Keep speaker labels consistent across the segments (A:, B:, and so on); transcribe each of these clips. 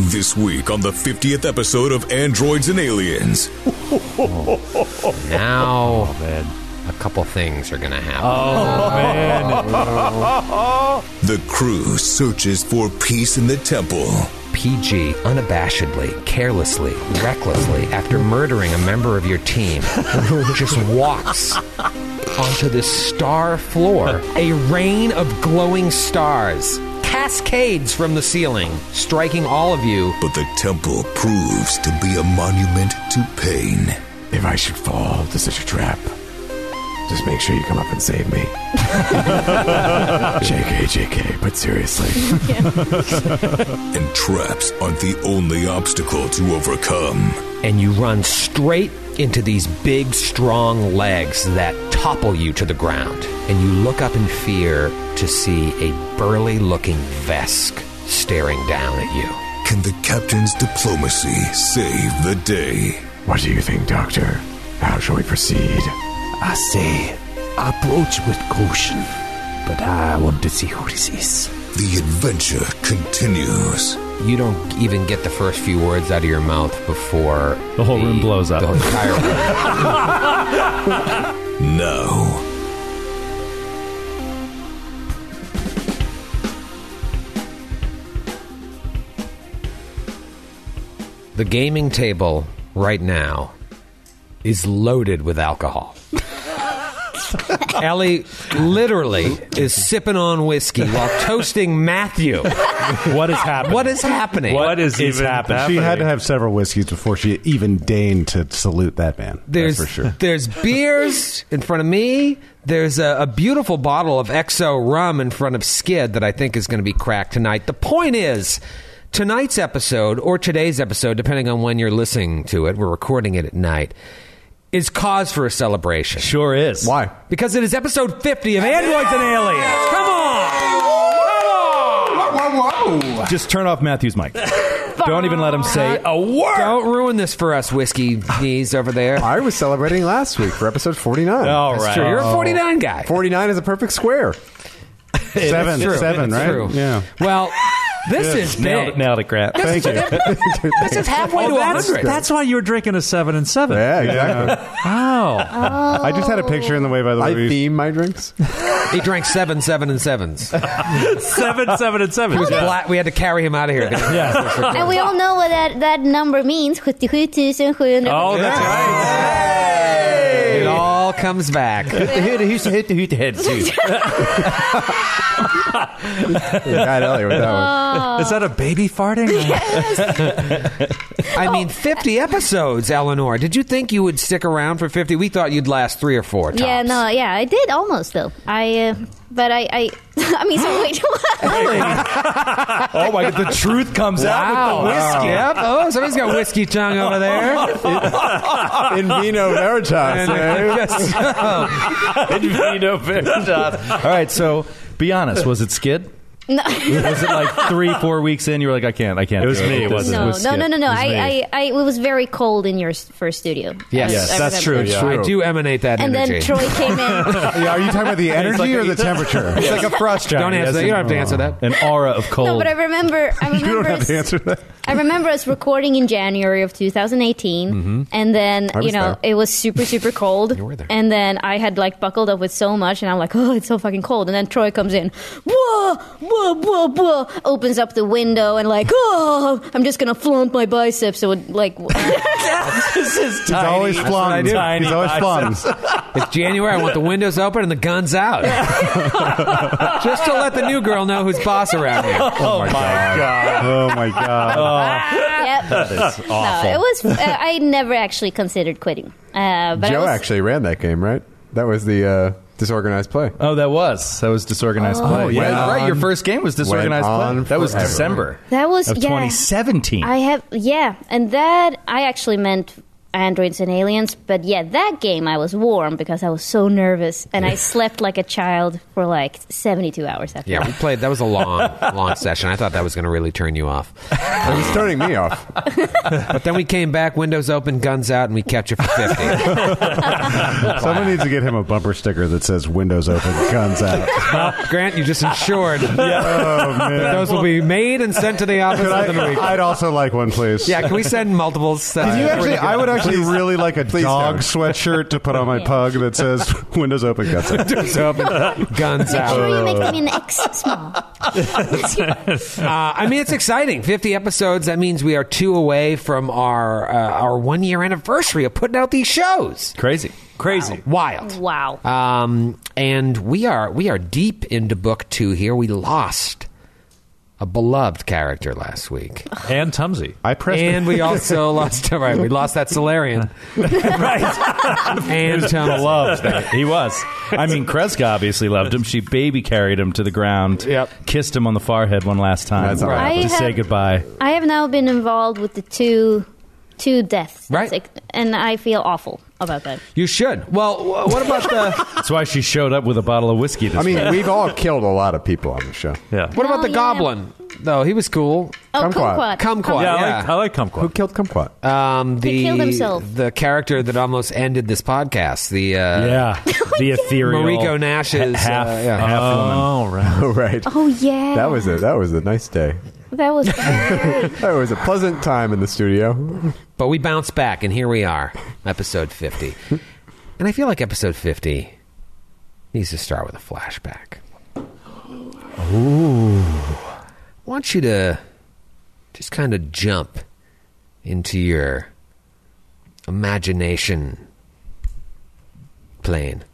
A: This week on the 50th episode of Androids and Aliens.
B: Now
C: man.
B: a couple things are gonna happen.
C: Oh, man.
A: The crew searches for peace in the temple.
B: PG unabashedly, carelessly, recklessly, after murdering a member of your team, just walks onto this star floor. A rain of glowing stars cascades from the ceiling, striking all of you.
A: But the temple proves to be a monument to pain.
D: If I should fall, this is a trap. Just make sure you come up and save me. JK, JK, but seriously.
A: And traps aren't the only obstacle to overcome.
B: and you run straight into these big, strong legs that topple you to the ground. And you look up in fear to see a burly looking Vesk staring down at you.
A: Can the captain's diplomacy save the day?
D: What do you think, Doctor? How shall we proceed?
E: I say, approach with caution, but I want to see who this is.
A: The adventure continues.
B: You don't even get the first few words out of your mouth before
C: The whole room blows up.
B: The whole entire room.
A: Now.
B: the gaming table right now is loaded with alcohol. Ellie literally is sipping on whiskey while toasting Matthew.
C: What is happening?
B: What is happening?
C: What is, even happening?
F: She had to have several whiskeys before she even deigned to salute that man.
B: There's
F: that's for sure.
B: there's beers in front of me. There's a, a beautiful bottle of XO rum in front of Skid that I think is going to be cracked tonight. The point is, tonight's episode or today's episode, depending on when you're listening to it, we're recording it at night, is cause for a celebration
C: Sure is.
F: Why?
B: because it is episode 50 of Androids and Aliens. Come on,
C: Just turn off Matthew's mic. Don't even let him say a word.
B: don't ruin this for us, whiskey knees over there.
F: I was celebrating last week for episode 49.
C: All right. Oh.
B: Sure, you're a 49 guy.
F: 49 is a perfect square. seven,
B: True.
F: seven, right?
B: True.
F: Yeah.
B: Well, this is big.
C: Nailed it, nailed it, Grant.
F: Thank you.
B: This is halfway to 100.
G: That's why you were drinking a seven and seven.
F: Yeah, exactly.
C: Wow.
F: I just had a picture in the way, by the way.
D: I
F: we-
D: theme my drinks.
B: He drank seven, seven, and sevens. It
G: Seven, seven, and seven.
B: was black. We had to carry him out of here.
H: And we all know what that, that number means.
G: Oh, that's
B: It all comes back.
F: Yeah, I know, with that one.
H: Uh,
G: right. Is that a baby farting?
B: I mean, 50 episodes, Eleanor. Did you think you would stick around for 50? We thought you'd last three or four times.
H: Yeah, no, yeah, I did almost though. I, uh, but I, I, I mean, so wait,
C: Oh my god, the truth comes out
B: Wow.
C: with the whiskey.
B: Oh, Yep. Oh, somebody's got whiskey tongue over there.
C: Uh.
F: In Vino Veritas.
B: And uh,
F: eh?
B: I just-
C: Vino Veritas. All right, so be honest, was it Skid? was it like three, four weeks in? You were like, I can't, I can't. It
F: was me, it wasn't-
H: no, no, no, no, no. I, I, I, it was very cold in your s- first studio.
B: Yes.
H: I- I
B: Yes,
C: that's
H: remember.
C: true, yeah.
B: I do emanate that
H: And
B: energy.
H: then Troy came in.
F: Yeah, are you talking about the energy
C: like
F: or
C: a-
F: the temperature?
C: It's like a frost giant.
B: Don't answer that. You don't have to answer that.
C: An aura of cold.
H: No, but I remember. I remember.
F: You don't have
H: us-
F: to answer that.
H: I remember us recording in January of 2018, and then
F: Mm-hmm. I was
H: you know
F: there.
H: it was super super cold.
B: were there.
H: And then I had like buckled up with so much, and I'm like, oh, it's so fucking cold. And then Troy comes in, whoa, whoa, whoa, whoa, opens up the window, and like, oh, I'm just gonna flaunt my biceps. So it, like,
C: this is
F: He's always flung. He's
C: Tiny
F: always flung.
B: It's January. I want the windows open and the guns out. Just to let the new girl know who's boss around here.
C: Oh my god.
F: Oh, my God.
H: yep.
C: awful.
H: No, it was. Uh, I never actually considered quitting. Uh, but I
F: Joe
H: was-
F: actually ran that game, right? That was the uh, disorganized play.
C: Oh, that was that was disorganized
H: Oh,
C: play.
F: yeah.
C: Right, right, your first game was disorganized
F: on
C: play. That was
F: forever.
C: December
H: That was
C: of
H: yeah.
C: 2017.
H: I have yeah, and that I actually meant androids and aliens. But yeah, that game I was warm because I was so nervous and I slept like a child for like 72 hours after.
B: Yeah, we played. That was a long, long session. I thought that was going to really turn you off. It was turning me off. but then we came back, windows open, guns out, and we kept you for fifty.
F: Someone needs to get him a bumper sticker that says "Windows open, guns out."
B: Grant, you just insured.
F: Oh, man.
B: Those will be made and sent to the office
F: Could I,
B: within a week.
F: would also like one, please.
B: Yeah, can we send multiples? uh,
F: Did you actually, I would actually
B: Please-
F: really like a dog
B: don't.
F: sweatshirt to put on my pug that says "Windows open, guns out."
B: Windows open, guns
H: Make
B: out.
H: sure you make them in X small.
B: Uh, I mean, it's exciting. Fifty episodes. That means we are two away from our uh, our one year anniversary of putting out these shows.
C: Crazy,
B: crazy, wild.
H: Wow.
B: Um, and we are we are deep into book two here. We lost a beloved character last week,
G: and Tumsy.
F: I pressed.
B: and we also lost. All right, we lost that Solarian. right, and um, Tom
C: loves that. He was. I mean, Kreska obviously loved him. She baby carried him to the ground.
B: Yep.
C: Kissed him on the forehead one last time
F: That's all right.
H: I
C: to say
H: have-
C: goodbye.
H: I have now been involved with the two two deaths.
B: Right.
H: Like- and I feel awful about that.
B: You should. Well, wh- what about the
C: That's why she showed up with a bottle of whiskey. This
D: I mean,
C: time.
D: we've all killed a lot of people on the show.
G: Yeah.
B: what about
H: Oh,
B: the
H: yeah.
B: goblin? Though he was cool.
H: Oh,
D: Kumquat.
H: kumquat.
B: Kumquat.
G: Yeah,
B: Yeah.
G: I like, I like Kumquat.
D: Who killed Kumquat?
B: Um, the
H: killed himself.
B: the character that almost ended this podcast. The uh,
C: Oh, yeah, the ethereal
B: Mariko Nash's,
C: half,
B: uh, yeah.
C: half woman.
G: Oh, right.
D: Oh, right.
H: Oh yeah.
D: That was a that was a nice day.
H: that was
D: That was a pleasant time in the studio.
B: But we bounced back, and here we are, episode 50. and I feel like episode 50 needs to start with a flashback. Ooh. I want you to just kind of jump into your imagination plane.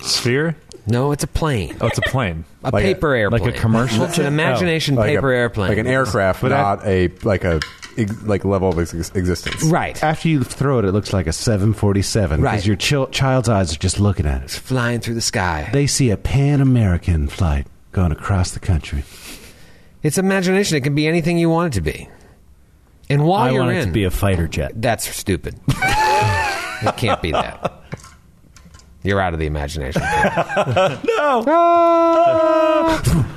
G: Sphere?
B: No, it's a plane.
G: Oh, it's a plane.
B: A
D: Like a- Oh,
B: paper airplane.
C: like a commercial
B: It's an
C: jet?
B: imagination
D: Like a-
B: paper airplane.
D: like an aircraft, not a like a ex- like level of ex- existence.
B: Right.
F: After you throw it, it looks like a 747 because
B: Right.
F: your chil- child's eyes are just looking at it.
B: Flying through the sky.
F: They see a Pan American flight going across the country.
B: It's imagination. It can be anything you want it to be. And while
C: I
B: you're
C: want
B: in,
C: it to be a fighter jet.
B: that's stupid. it can't be that. You're out of the imagination.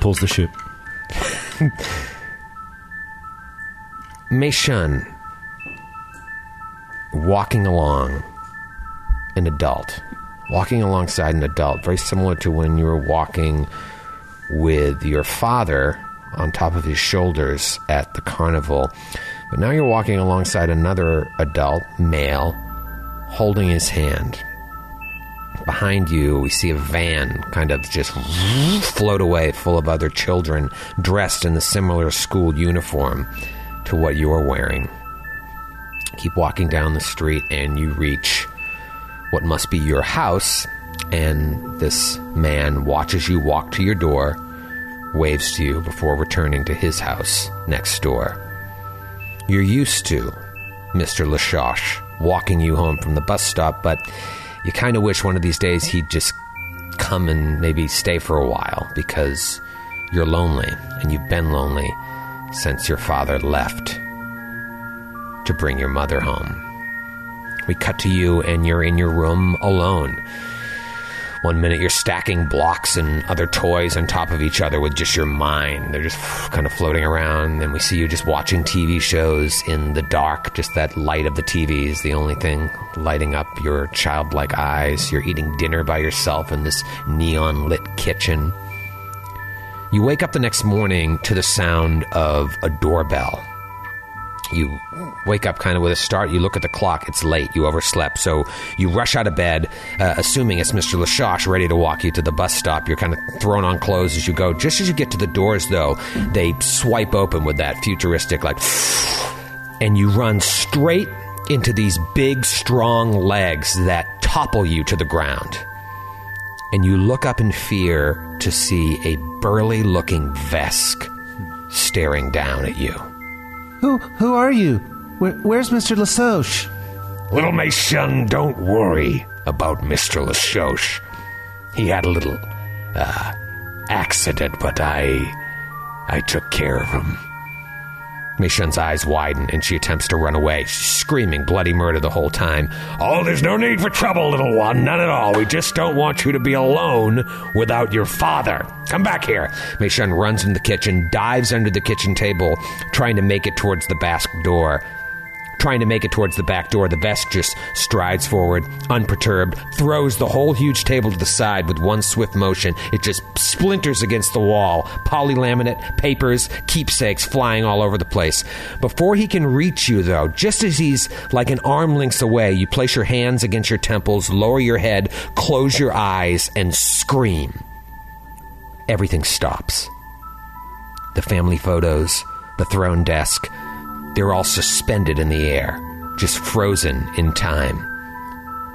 C: Pulls the chute.
B: Meishun walking along an adult, walking alongside an adult, very similar to when you were walking with your father on top of his shoulders at the carnival. But now you're walking alongside another adult, male, holding his hand. Behind you, we see a van kind of just float away full of other children dressed in the similar school uniform to what you're wearing. Keep walking down the street, and you reach what must be your house. And this man watches you walk to your door, waves to you before returning to his house next door. You're used to Mr. Lashosh walking you home from the bus stop, but you kind of wish one of these days he'd just come and maybe stay for a while because you're lonely and you've been lonely since your father left to bring your mother home. We cut to you, and you're in your room alone. One minute you're stacking blocks and other toys on top of each other with just your mind. They're just kind of floating around, and we see you just watching TV shows in the dark. Just that light of the TV is the only thing lighting up your childlike eyes. You're eating dinner by yourself in this neon lit kitchen. You wake up the next morning to the sound of a doorbell. You wake up kind of with a start. You look at the clock. It's late. You overslept. So you rush out of bed, uh, assuming it's Mr. Lashosh ready to walk you to the bus stop. You're kind of thrown on clothes as you go. Just as you get to the doors, though, they swipe open with that futuristic, like, and you run straight into these big, strong legs that topple you to the ground and you look up in fear to see a burly looking Vesk staring down at you.
F: Who who are you? Where, where's Mr. Lasoche?
B: Little Meishun, don't worry about Mr. Lashosh. He had a little uh, accident, but I I took care of him. Mishun's eyes widen and she attempts to run away, screaming bloody murder the whole time. Oh, there's no need for trouble, little one. None at all. We just don't want you to be alone without your father. Come back here. Mishun runs into the kitchen, dives under the kitchen table, trying to make it towards the back door. Trying to make it towards the back door, the vest just strides forward, unperturbed, throws the whole huge table to the side with one swift motion. It just splinters against the wall, polylaminate, papers, keepsakes flying all over the place. Before he can reach you, though, just as he's like an arm length away, you place your hands against your temples, lower your head, close your eyes, and scream. Everything stops the family photos, the throne desk. They're all suspended in the air, just frozen in time.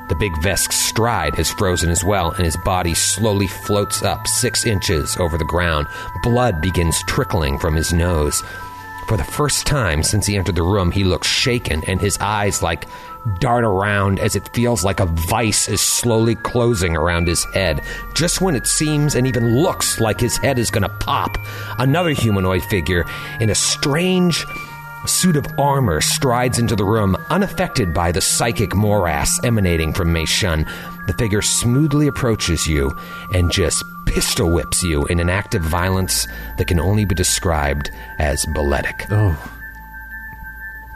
B: The big vest's stride has frozen as well, and his body slowly floats up six inches over the ground. Blood begins trickling from his nose. For the first time since he entered the room, he looks shaken, and his eyes like dart around as it feels like a vice is slowly closing around his head. Just when it seems and even looks like his head is going to pop, another humanoid figure in a strange suit of armor strides into the room, unaffected by the psychic morass emanating from Mei Shun. The figure smoothly approaches you and just pistol whips you in an act of violence that can only be described as balletic.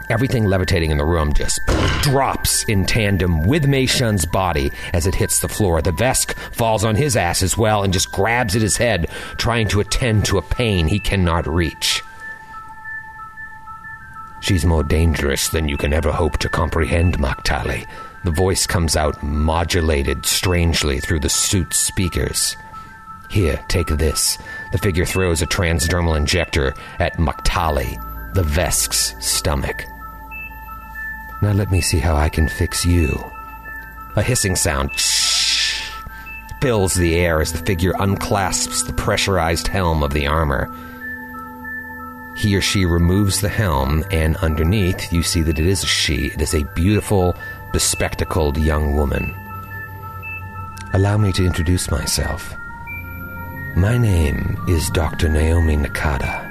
B: Everything levitating in the room just drops in tandem with Mei Shun's body as it hits the floor. The Vesk falls on his ass as well and just grabs at his head, trying to attend to a pain he cannot reach. She's more dangerous than you can ever hope to comprehend, Maktali. The voice comes out modulated strangely through the suit's speakers. Here, take this. The figure throws a transdermal injector at Maktali, the Vesk's stomach. Now let me see how I can fix you. A hissing sound fills the air as the figure unclasps the pressurized helm of the armor. He or she removes the helm, and underneath, you see that it is a she. It is a beautiful, bespectacled young woman. Allow me to introduce myself. My name is Dr. Naomi Nakata.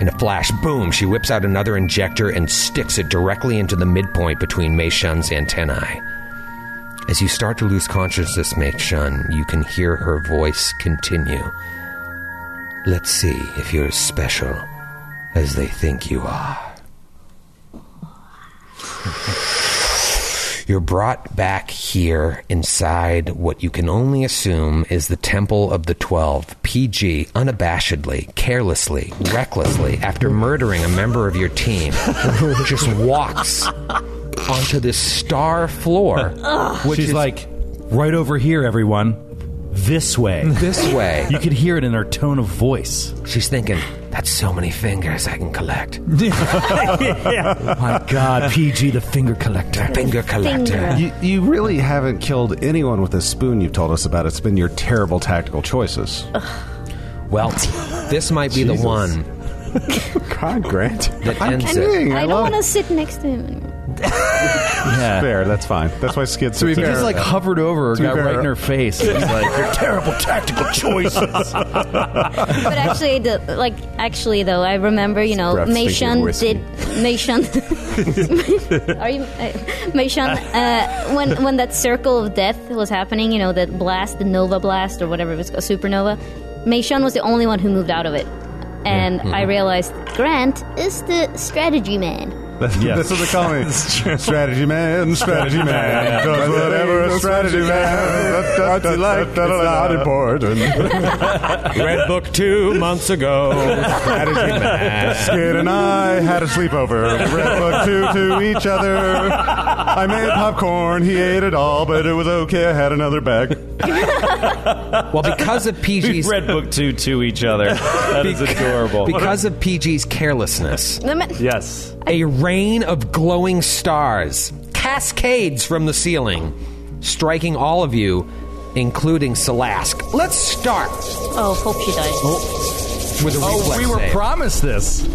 B: In a flash, boom, she whips out another injector and sticks it directly into the midpoint between Mei Shun's antennae. As you start to lose consciousness, Mei Shun, you can hear her voice continue. Let's see if you're as special as they think you are. You're brought back here inside what you can only assume is the Temple of the Twelve. PG, unabashedly, carelessly, recklessly, after murdering a member of your team, just walks onto this star floor, which
C: She's
B: is
C: like, right over here, everyone. This way.
B: this way.
C: you could hear it in her tone of voice.
B: She's thinking, that's so many fingers I can collect.
C: My God, PG the finger collector.
B: Finger collector.
H: Finger.
F: You, you really haven't killed anyone with a spoon you've told us about. It's been your terrible tactical choices.
B: Well, this might be the
F: Jesus.
B: one
F: God, Grant.
B: that ends it.
F: kidding. I,
H: I don't
F: love
H: want to sit next to him. anymore.
C: Yeah.
F: Fair, that's fine. That's why Skid sits
C: He
F: there.
C: just like hovered over her,
F: To be
C: got
F: fair-
C: right in her face. and He's like, "Your terrible tactical choices."
H: But actually, the, like actually though, I remember you know
F: breath stinking
H: Meishan
F: whiskey.
H: did Meishan. are you uh, Meishan? Uh, when when that circle of death was happening, you know that blast, the nova blast or whatever it was, called, supernova. Meishan was the only one who moved out of it, and I realized Grant is the strategy man.
F: That's, that's what they call me. strategy man, strategy man. Does whatever a uh, strategy man does he like. That's not important.
G: Red Book two months ago.
F: Strategy man. Skid and I had a sleepover. We read book two to each other. I made popcorn. He ate it all, but it was okay. I had another bag.
B: Well, because of PG's
G: Red Book two to each other. That is adorable.
B: because of PG's carelessness,
H: The man-
G: yes.
B: a rain of glowing stars cascades from the ceiling, striking all of you, including Salask. Let's start
H: Oh, hope she dies.
B: with a
C: oh,
B: reflex
C: we were
B: save.
C: promised this.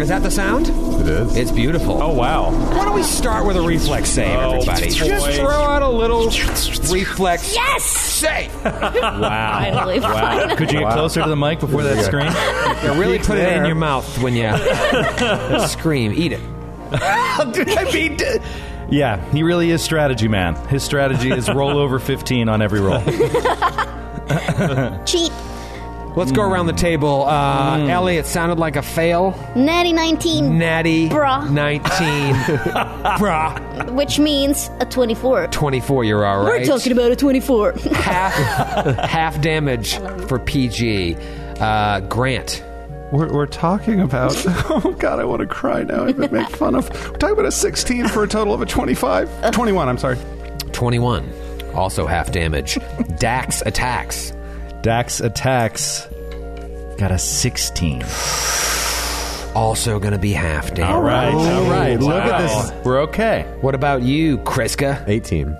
B: Is that the sound?
F: It is.
B: It's beautiful.
G: Oh wow!
B: Why don't we start with a reflex save,
G: Oh,
B: everybody?
G: boy.
B: Just throw out a little reflex
H: Yes!
B: save.
C: Wow.
H: Finally, finally.
C: Could you get closer to the mic before that screen?
B: You really put it in
C: there.
B: your mouth when you scream. Eat it.
C: I mean, d- yeah, he really is strategy man. His strategy is roll over 15 on every roll.
H: Cheap.
B: Let's go around the table. Uh, Ellie, it sounded like a fail.
H: Natty 19,
B: Natty.
H: Bruh.
B: 19. Bruh.
H: which means a 24.
B: 24, you're all right.
H: We're talking about a 24.
B: half, half damage for PG. Uh, Grant.
F: We're, we're talking about. Oh, God, I want to cry now. I've been made fun of. We're talking about a 16 for a total of a 25. 21, I'm sorry.
B: 21. Also half damage. Dax attacks.
C: Dax attacks. Got a 16.
B: Also going to be half damage.
C: All right. All right. Look at
G: Wow.
C: this. We're okay.
B: What about you, Kreska?
D: 18.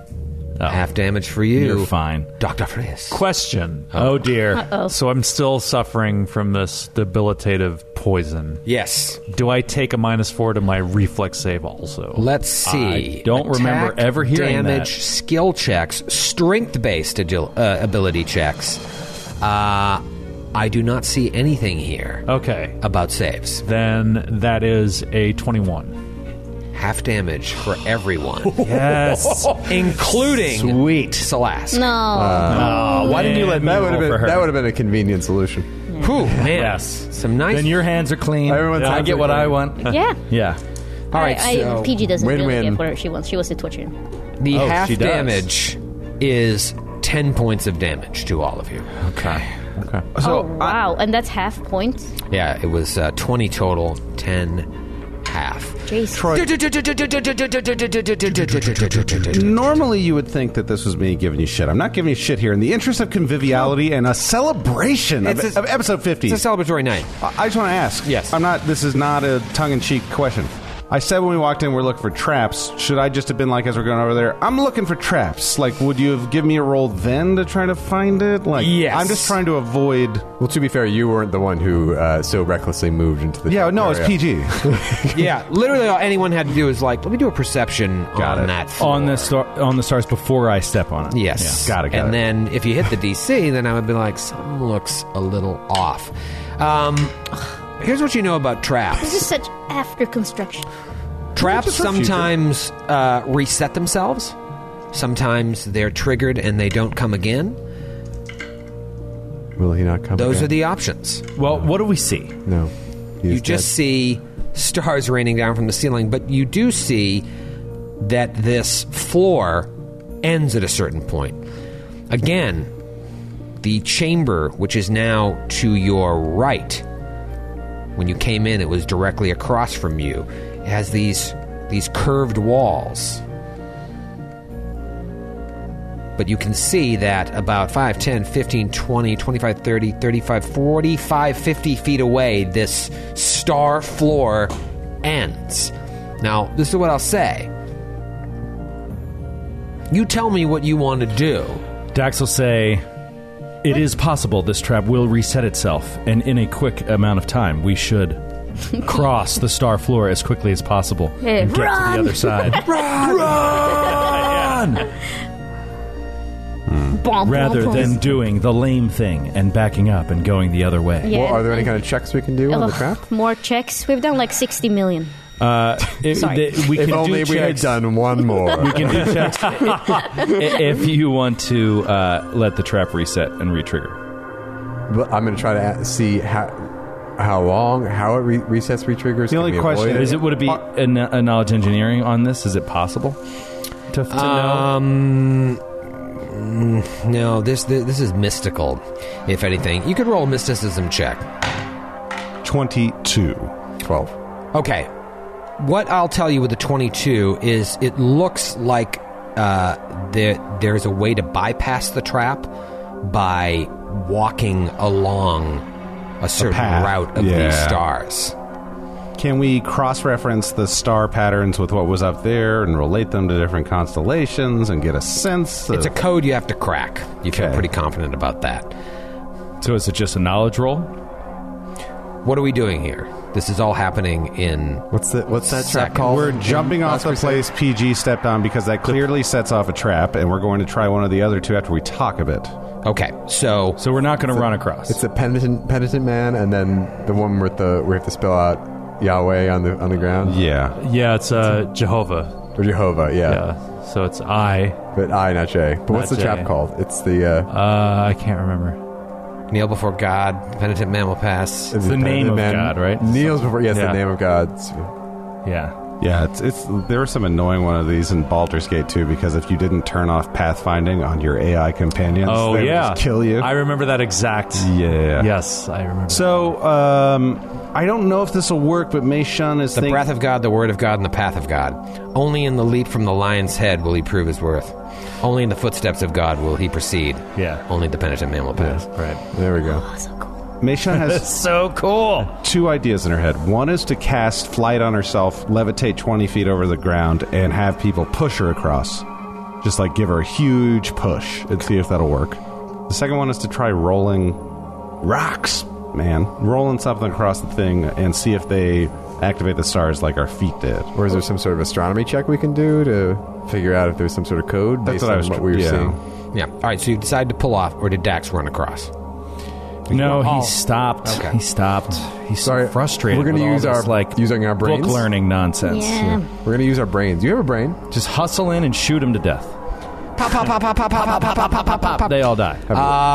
B: Half damage for you.
C: You're fine.
B: Dr. Frizz.
G: Question. Oh dear.
H: Uh-oh.
G: So I'm still suffering from this debilitative poison.
B: Yes.
G: Do I take a minus four to my reflex save also?
B: Let's see.
G: I don't remember
B: Attack,
G: ever hearing
B: damage,
G: that.
B: skill checks, strength-based agil- uh, ability checks. Uh, I do not see anything here
G: Okay.
B: about saves.
G: Then that is a 21.
B: Half damage for everyone,
G: Yes.
B: including
C: Sweet.
B: Salas.
H: no.
C: Oh, why didn't you let me
D: That would have
C: roll for
D: been
C: her?
D: that would have been a convenient solution.
B: Whew, man.
G: Yes.
B: Some nice.
C: Then your hands are clean.
D: Everyone's
C: I
D: hands
C: get
D: are
C: what
D: clean.
C: I want.
H: yeah.
C: Yeah.
B: All right,
H: I, I-
B: so
H: PG doesn't really
D: win-win.
H: get what she wants. She wants to torture him.
B: the
C: Oh,
B: half
C: she does.
B: damage is ten points of damage to all of you.
C: Okay.
H: oh, wow. and that's half point?
B: Yeah, it was uh, twenty total, ten half.
H: Jeez.
D: Normally, you would think that this was me giving you shit. I'm not giving you shit here. In the interest of conviviality and a celebration of,
B: It's a-
D: of episode 50,
B: It's a celebratory night.
D: I I just want to ask.
B: Yes.
D: I'm not. This is not a tongue-in-cheek question. I said when we walked in, we're looking for traps. Should I just have been like, as we're going over there, I'm looking for traps. Like, would you have given me a roll then to try to find it? Like,
B: Yes.
D: I'm just trying to avoid.
E: Well, to be fair, you weren't the one who uh, so recklessly moved into the.
D: Yeah, no, it's
E: area.
D: PG.
B: Yeah, literally all anyone had to do is like, let me do a perception
D: Got
B: on
D: it.
B: that floor.
C: On the star, on the stars before I step on it.
B: Yes.
C: Oh, Yeah. Got it. Got
B: and
C: it.
B: then if you hit the DC, then I would be like, something looks a little off. Um, here's what you know about
H: This
B: traps.
H: is such after construction.
B: Traps sometimes uh, reset themselves. Sometimes they're triggered and they don't come again.
E: Will he not come?
B: Those are the options.
C: well, what do we see?
E: the no. He
B: You
E: is
B: just see stars raining down from the ceiling, but you do see that this floor ends at a certain point. Again, the chamber, which is now to your right, when you came in, it was directly across from you. It has these these curved walls. But you can see that about 5, 10, 15, 20, 25, 30, 35, 45, 50 feet away, this star floor ends. Now, this is what I'll say. You tell me what you want to do.
C: Dax will say, "It is possible this trap will reset itself, and in a quick amount of time, we should cross the star floor as quickly as possible
H: Hey,
C: and get to
H: run!
C: the other side. run,
H: Bom,
C: Rather
H: bom, bom.
C: than doing the lame thing and backing up and going the other way.
H: Yeah.
E: Well, are there any kind of checks we can do on
H: Ugh,
E: the trap?
H: More checks. We've done like 60 million.
C: Uh, if,
H: Sorry.
C: th- we
E: If
C: can
E: only
C: do
E: we had
C: checks.
E: done one more.
C: We can do checks i- if you want to uh, let the trap reset and retrigger.
E: But I'm going to try to a- see how how long, how it re- resets, retriggers.
D: The only
E: can we
D: question
E: avoid
C: Is it would it be a, kn- a knowledge engineering on this? Is it possible to, to
I: Uh,
C: know?
B: Um, mm, no, this, this this is mystical. If anything, you could roll a mysticism check.
D: 22.
E: twelve?
B: Okay, what I'll tell you with the twenty-two is it looks like uh, there there is a way to bypass the trap by walking along a certain
D: path.
B: route of these
D: Yeah.
B: stars.
D: Can we cross reference the star patterns with what was up there and relate them to different constellations and get a sense of.
B: It's a code you have to crack. You feel
D: Okay.
B: pretty confident about that.
C: So is it just a knowledge roll?
B: What are we doing here? This is all happening in.
I: What's that? What's that trap
B: Second.
I: called?
D: We're jumping off the place PG stepped on because that clearly sets off a trap, and we're going to try one of the other two after we talk a bit.
B: Okay, so
C: So we're not going to run across.
I: It's a penitent, penitent man, and then the one with the we have to spell out Yahweh on the on the ground
D: Yeah.
J: Yeah, it's uh, Jehovah.
I: or Jehovah. Yeah,
J: Yeah. So it's I.
I: but I not J. But what's
J: Not
I: the trap
J: J.
I: called? It's the uh,
J: Uh, I can't remember.
B: kneel before God, the penitent man will pass.
I: it's
C: the name
I: penitent
C: of God, right?
I: Kneels before yes,
C: Yeah.
I: the name of God.
C: yeah.
D: Yeah, it's, it's there was some annoying one of these in Baldur's Gate too because if you didn't turn off pathfinding on your AI companions,
J: Oh
D: they would
J: yeah,
D: just kill you.
J: I remember that exact.
D: yeah.
J: Yes, I remember.
D: So um, I don't know if this will work, but Mei Shun is
B: The
D: think-
B: breath of God, the word of God, and the path of God. Only in the leap from the lion's head will he prove his worth. Only in the footsteps of God will he proceed.
J: Yeah.
B: Only the penitent man will pass.
J: Right.
I: There we go.
D: Mei Shun has
J: So cool.
D: two ideas in her head. One is to cast flight on herself, levitate 20 feet over the ground, and have people push her across. Just like give her a huge push and see if that'll work. The second one is to try rolling rocks, man. Rolling something across the thing and see if they activate the stars like our feet did.
I: Or is there some sort of astronomy check we can do to figure out if there's some sort of code
D: That's
I: based
D: what
I: on
D: I was
I: what we were
D: yeah.
I: seeing?
B: Yeah. All right, so you decide to pull off, or did Dax run across?
C: No, he stopped.
B: Okay.
C: He stopped. He's
I: oh. Sorry,
C: so frustrated.
I: we're gonna
C: going to
I: use our-
C: like
I: using our brains?
C: book learning nonsense.
H: Yeah.
I: We're gonna use our brains. You have a brain.
C: Just hustle in and shoot him to death. They all die.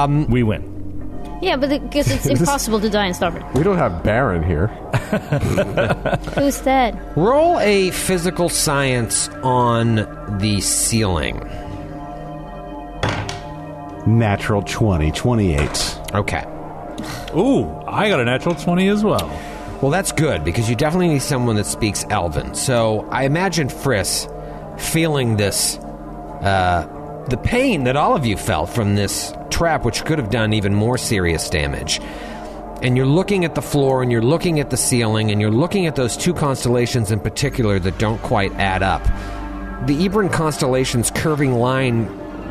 C: Um, we win.
H: Yeah, but because it's impossible to die in Starboard.
I: We don't have Baron here.
H: Who's that?
B: Roll a physical science on the ceiling.
D: Natural 20, 28.
B: Okay.
J: Ooh, I got a natural twenty as well.
B: Well, that's good because you definitely need someone that speaks Elven. So I imagine Friss feeling this, uh, the pain that all of you felt from this trap, which could have done even more serious damage. And you're looking at the floor and you're looking at the ceiling and you're looking at those two constellations in particular that don't quite add up. The Ebron constellation's curving line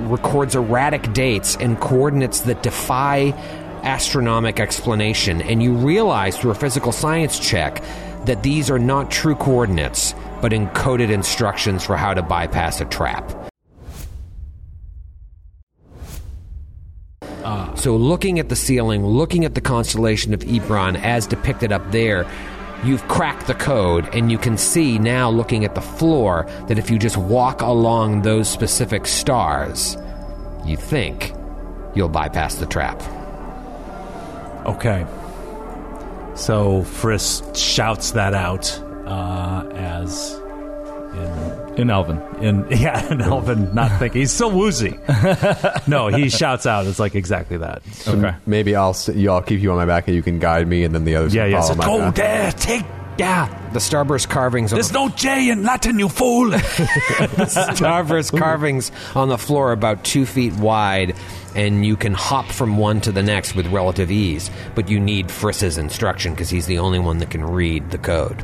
B: records erratic dates and coordinates that defy astronomic explanation, and you realize through a physical science check that these are not true coordinates, but encoded instructions for how to bypass a trap. So, looking at the ceiling, looking at the constellation of Ebron as depicted up there, you've cracked the code, and you can see now, looking at the floor, that if you just walk along those specific stars, you think you'll bypass the trap.
J: Okay. So Frisk shouts that out uh, as
C: In Elvin.
J: in yeah, in Elvin, not thinking he's still woozy. no, he shouts out. It's like exactly that.
C: Okay.
I: Maybe I'll s- you, I'll keep you on my back and you can guide me, and then the others
J: Yeah,
I: can
J: yeah.
I: follow
J: So
I: my
J: go
I: path.
J: there, take yeah.
B: The starburst carvings on the
J: There's no J in Latin, you fool.
B: Starburst carvings on the floor about two feet wide, and you can hop from one to the next with relative ease. But you need Friss's instruction because he's the only one that can read the code.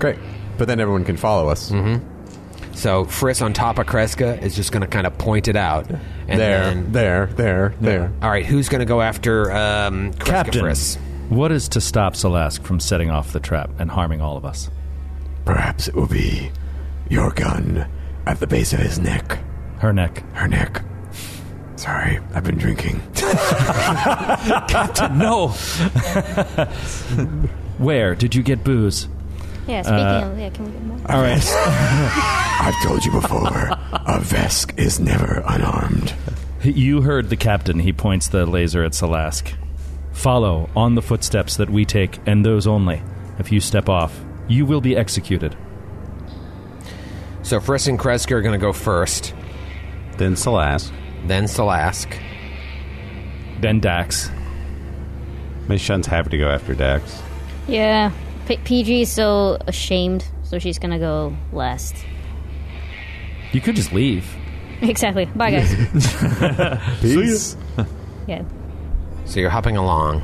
I: Great, but then everyone can follow us.
B: Mm-hmm. So Friss on top of Kreska is just going to kind of point it out. And
I: There,
B: then-
I: there, there, there.
B: all right, who's going to go after um, Kreska
C: Captain,
B: Friss?
C: what is to stop Salask from setting off the trap and harming all of us?
E: Perhaps it will be your gun at the base of his neck.
C: Her neck.
E: Her neck. Sorry, I've been drinking.
C: no. Where did you get booze?
H: Yeah, speaking of, yeah, can we get more?
C: All right.
E: I've told you before, a Vesk is never unarmed.
C: You heard the captain. He points the laser at Salask. Follow on the footsteps that we take, and those only. If you step off, you will be executed.
B: So Friss and Kreska are going to go first,
D: Then Salas.
B: then Salask.
C: Then Dax.
D: Mei Shun's happy to go after Dax.
H: Yeah, P- PG is so ashamed, so she's gonna go last.
C: You could just leave.
H: Exactly. Bye, guys.
I: Peace.
H: yeah.
B: So you're hopping along,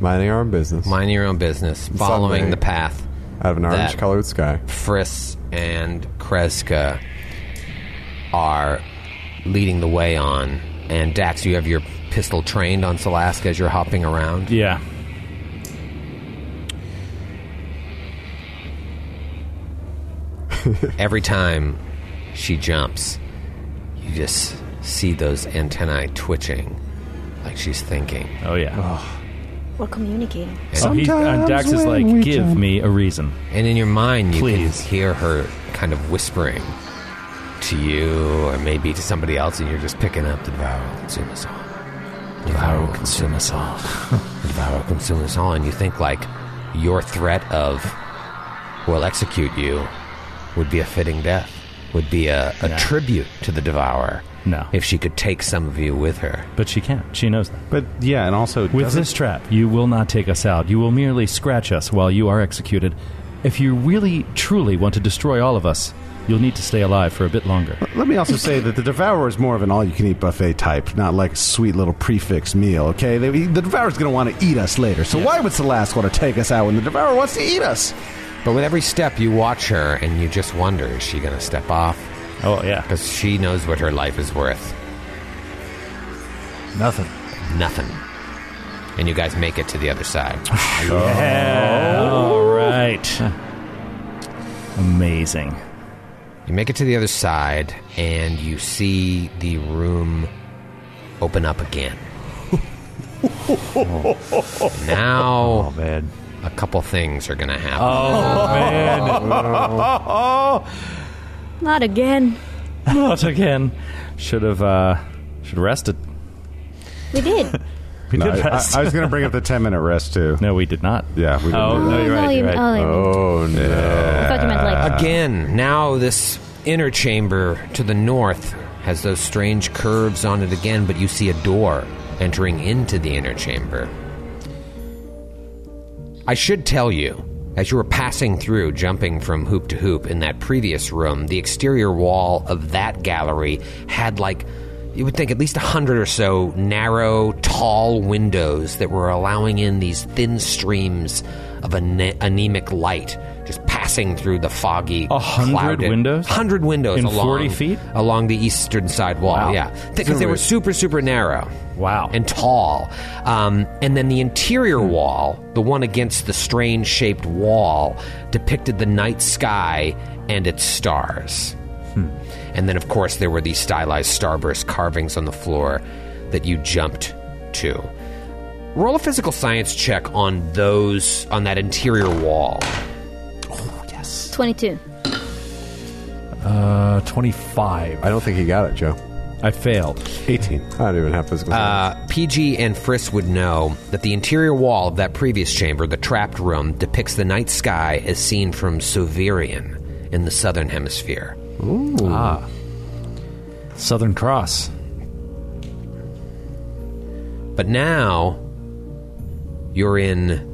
I: Minding our own business
B: mind your own business, following
I: Suddenly-
B: the path.
I: out of an
B: That.
I: orange-colored sky.
B: Friss and Kreska are leading the way on. And Dax, you have your pistol trained on Salask as you're hopping around.
C: Yeah.
B: Every time she jumps, you just see those antennae twitching like she's thinking.
C: Oh, yeah.
H: We're communicating.
C: So he, and Dax is like, give me a reason.
B: And in your mind, you can hear her kind of whispering to you or maybe to somebody else, and you're just picking up the devour will consume us all. Devour will consume us all. devour will consume us all. And you think, like, your threat of will execute you would be a fitting death, would be a, a
C: No.
B: tribute to the devourer.
C: No.
B: If she could take some of you with her.
C: But she can't. She knows that.
D: But yeah, and also
C: with this trap, you will not take us out. You will merely scratch us while you are executed. If you really, truly want to destroy all of us, you'll need to stay alive for a bit longer.
D: Let me also say that the Devourer is more of an all-you-can-eat buffet type, not like a sweet little prefix meal. Okay, They- the Devourer's going to want to eat us later, so why would Celeste want to take us out when the Devourer wants to eat us?
B: But with every step, you watch her and you just wonder is she going to step off?
C: Oh, yeah.
B: Because she knows what her life is worth.
J: Nothing.
B: Nothing. And you guys make it to the other side.
C: All right. Amazing.
B: You make it to the other side and you see the room open up again. Now, a couple things are going to happen.
J: Oh, man.
H: Not again.
C: Not again. Should have uh, should have rested.
H: We did.
C: We
D: No,
C: did
D: I,
C: rest.
D: I- I was going to bring up the ten-minute rest too.
C: No, we did not.
D: Yeah, we didn't.
C: Oh,
D: do that.
C: no, you're right, you're right.
H: Oh, yeah.
D: Oh no!
H: I thought you meant like-
B: Again, now this inner chamber to the north has those strange curves on it again, but you see a door entering into the inner chamber. I should tell you, as you were passing through, jumping from hoop to hoop in that previous room, the exterior wall of that gallery had like. You would think at least a hundred or so narrow, tall windows that were allowing in these thin streams of ane- anemic light just passing through the foggy,
C: A hundred
B: clouded-
C: windows?
B: hundred windows
C: In
B: along
C: 40 feet?
B: along the eastern side wall.
C: Wow.
B: Yeah, because they were super super narrow.
C: Wow. Hmm.
B: and tall. Um, and then the interior wall, the one against the strange shaped wall, depicted the night sky and its stars.
C: Hmm.
B: And then, of course, there were these stylized starburst carvings on the floor that you jumped to. Roll a physical science check on those on that interior wall.
H: 22.
J: Uh, 25.
I: I don't think he got it, Joe.
C: I failed.
D: 18.
I: I don't even have physical.
B: Uh, PG and Frisk would know that the interior wall of that previous chamber, the trapped room, depicts the night sky as seen from Sovirian in the southern hemisphere.
J: Ah. Southern Cross.
B: But now you're in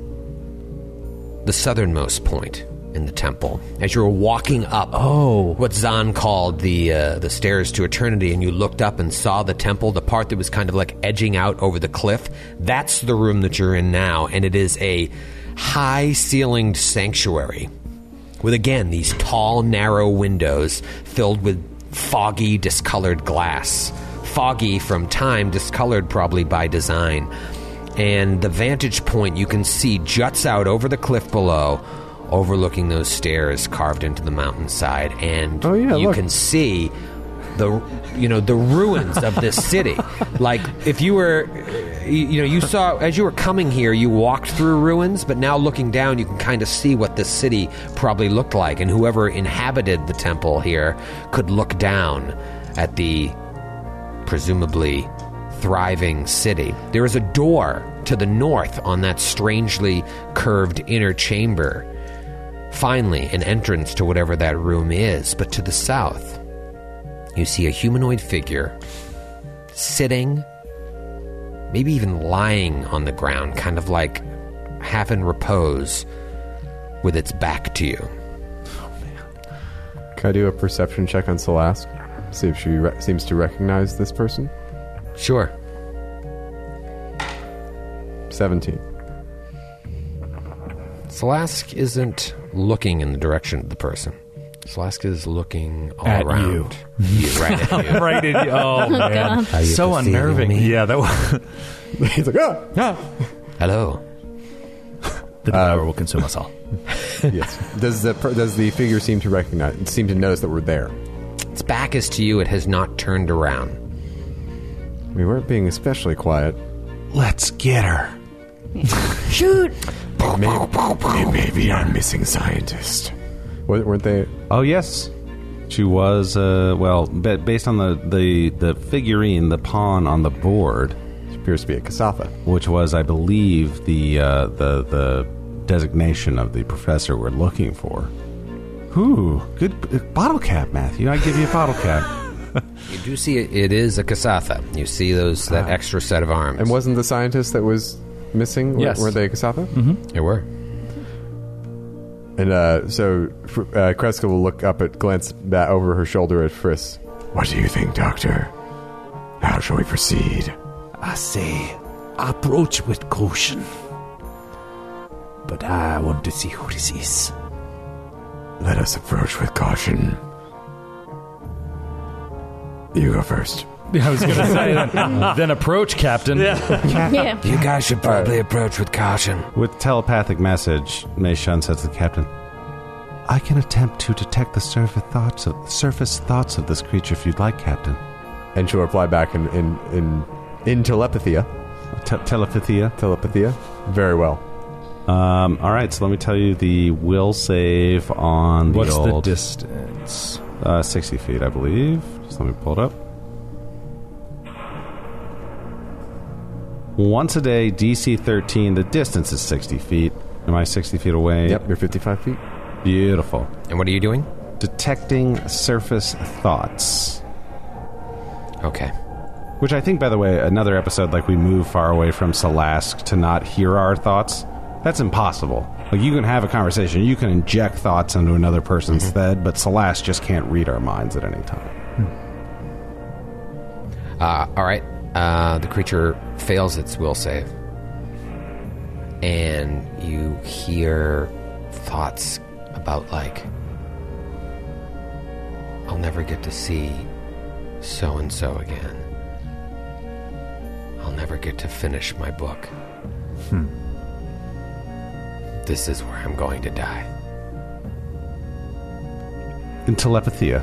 B: the southernmost point in the temple. As you were walking up, oh, what Zahn called the uh, the stairs to eternity, and you looked up and saw the temple, the part that was kind of like edging out over the cliff. That's the room that you're in now, and it is a high ceilinged sanctuary with again these tall, narrow windows filled with foggy, discolored glass. Foggy from time, discolored probably by design. And the vantage point you can see juts out over the cliff below, overlooking those stairs carved into the mountainside. And
I: Oh, yeah,
B: you
I: look.
B: can see the you know the ruins of this city like if you were you, you know you saw as you were coming here you walked through ruins but now looking down you can kind of see what this city probably looked like and whoever inhabited the temple here could look down at the presumably thriving city. There is a door to the north on that strangely curved inner chamber. Finally, an entrance to whatever that room is, but to the south, you see a humanoid figure sitting, maybe even lying on the ground, kind of like half in repose, with its back to you.
I: Can I do a perception check on Celeste? See if she re- seems to recognize this person.
B: Sure.
I: Seventeen.
B: Slask isn't looking in the direction of the person. Slask is looking all
J: At
B: around.
J: you.
B: You, right at you.
J: right in Oh, man.
B: Are you
J: so
B: perceiving
J: unnerving.
B: me?
J: Yeah, that was.
I: He's like, ah.
B: Hello.
C: The devourer will Uh, consume us all.
I: yes. Does the per- does the figure seem to recognize? Seem to notice that we're there?
B: Its back is to you. It has not turned around.
I: We weren't being especially quiet.
E: Let's get her.
H: Shoot!
E: Maybe, maybe I'm missing scientist.
I: Wa- Weren't they?
D: Oh yes, she was. Uh, well, ba- based on the, the the figurine, the pawn on the board,
I: She appears to be a Kasatha.
D: which was, I believe, the uh, the the designation of the professor we're looking for. Ooh, good uh, bottle cap, Matthew. I give you a bottle cap.
B: You do see it, it is a Kasatha. You see those that extra set of arms.
I: And wasn't the scientist that was missing? Were-
C: Yes.
I: Were they a Kasatha?
B: They were.
I: And uh, so fr- uh, Kreska will look up at, glance back over her shoulder at Friss.
E: What do you think, Doctor? How shall we proceed? I say, approach with caution. But I want to see who this is. Let us approach with caution. You go first.
C: I was going to say, then approach, Captain.
H: yeah.
G: You guys should probably approach with caution.
D: With telepathic message, Mei Shun says to the captain, "I can attempt to detect the surface thoughts of surface thoughts of this creature if you'd like, Captain."
I: And she'll reply back in in in, in telepathia.
D: Te- telepathia.
I: Telepathia. Very well.
D: Um, all right, so let me tell you the will save on the
C: What's the
D: old
C: distance?
D: uh, sixty feet, I believe. Just let me pull it up. Once a day, DC thirteen. The distance is sixty feet. Am I sixty feet away?
I: Yep, you're 55 feet.
D: Beautiful.
B: And what are you doing?
D: Detecting surface thoughts.
B: Okay.
D: Which I think, by the way, another episode like we move far away from Salask to not hear our thoughts. That's impossible. Like you can have a conversation, you can inject thoughts into another person's head, but Salask just can't read our minds at any time.
B: Uh, all right. Uh, the creature fails its will save. And you hear thoughts about, like, I'll never get to see so and so again. I'll never get to finish my book.
I: Hmm.
B: This is where I'm going to die.
D: In telepathia.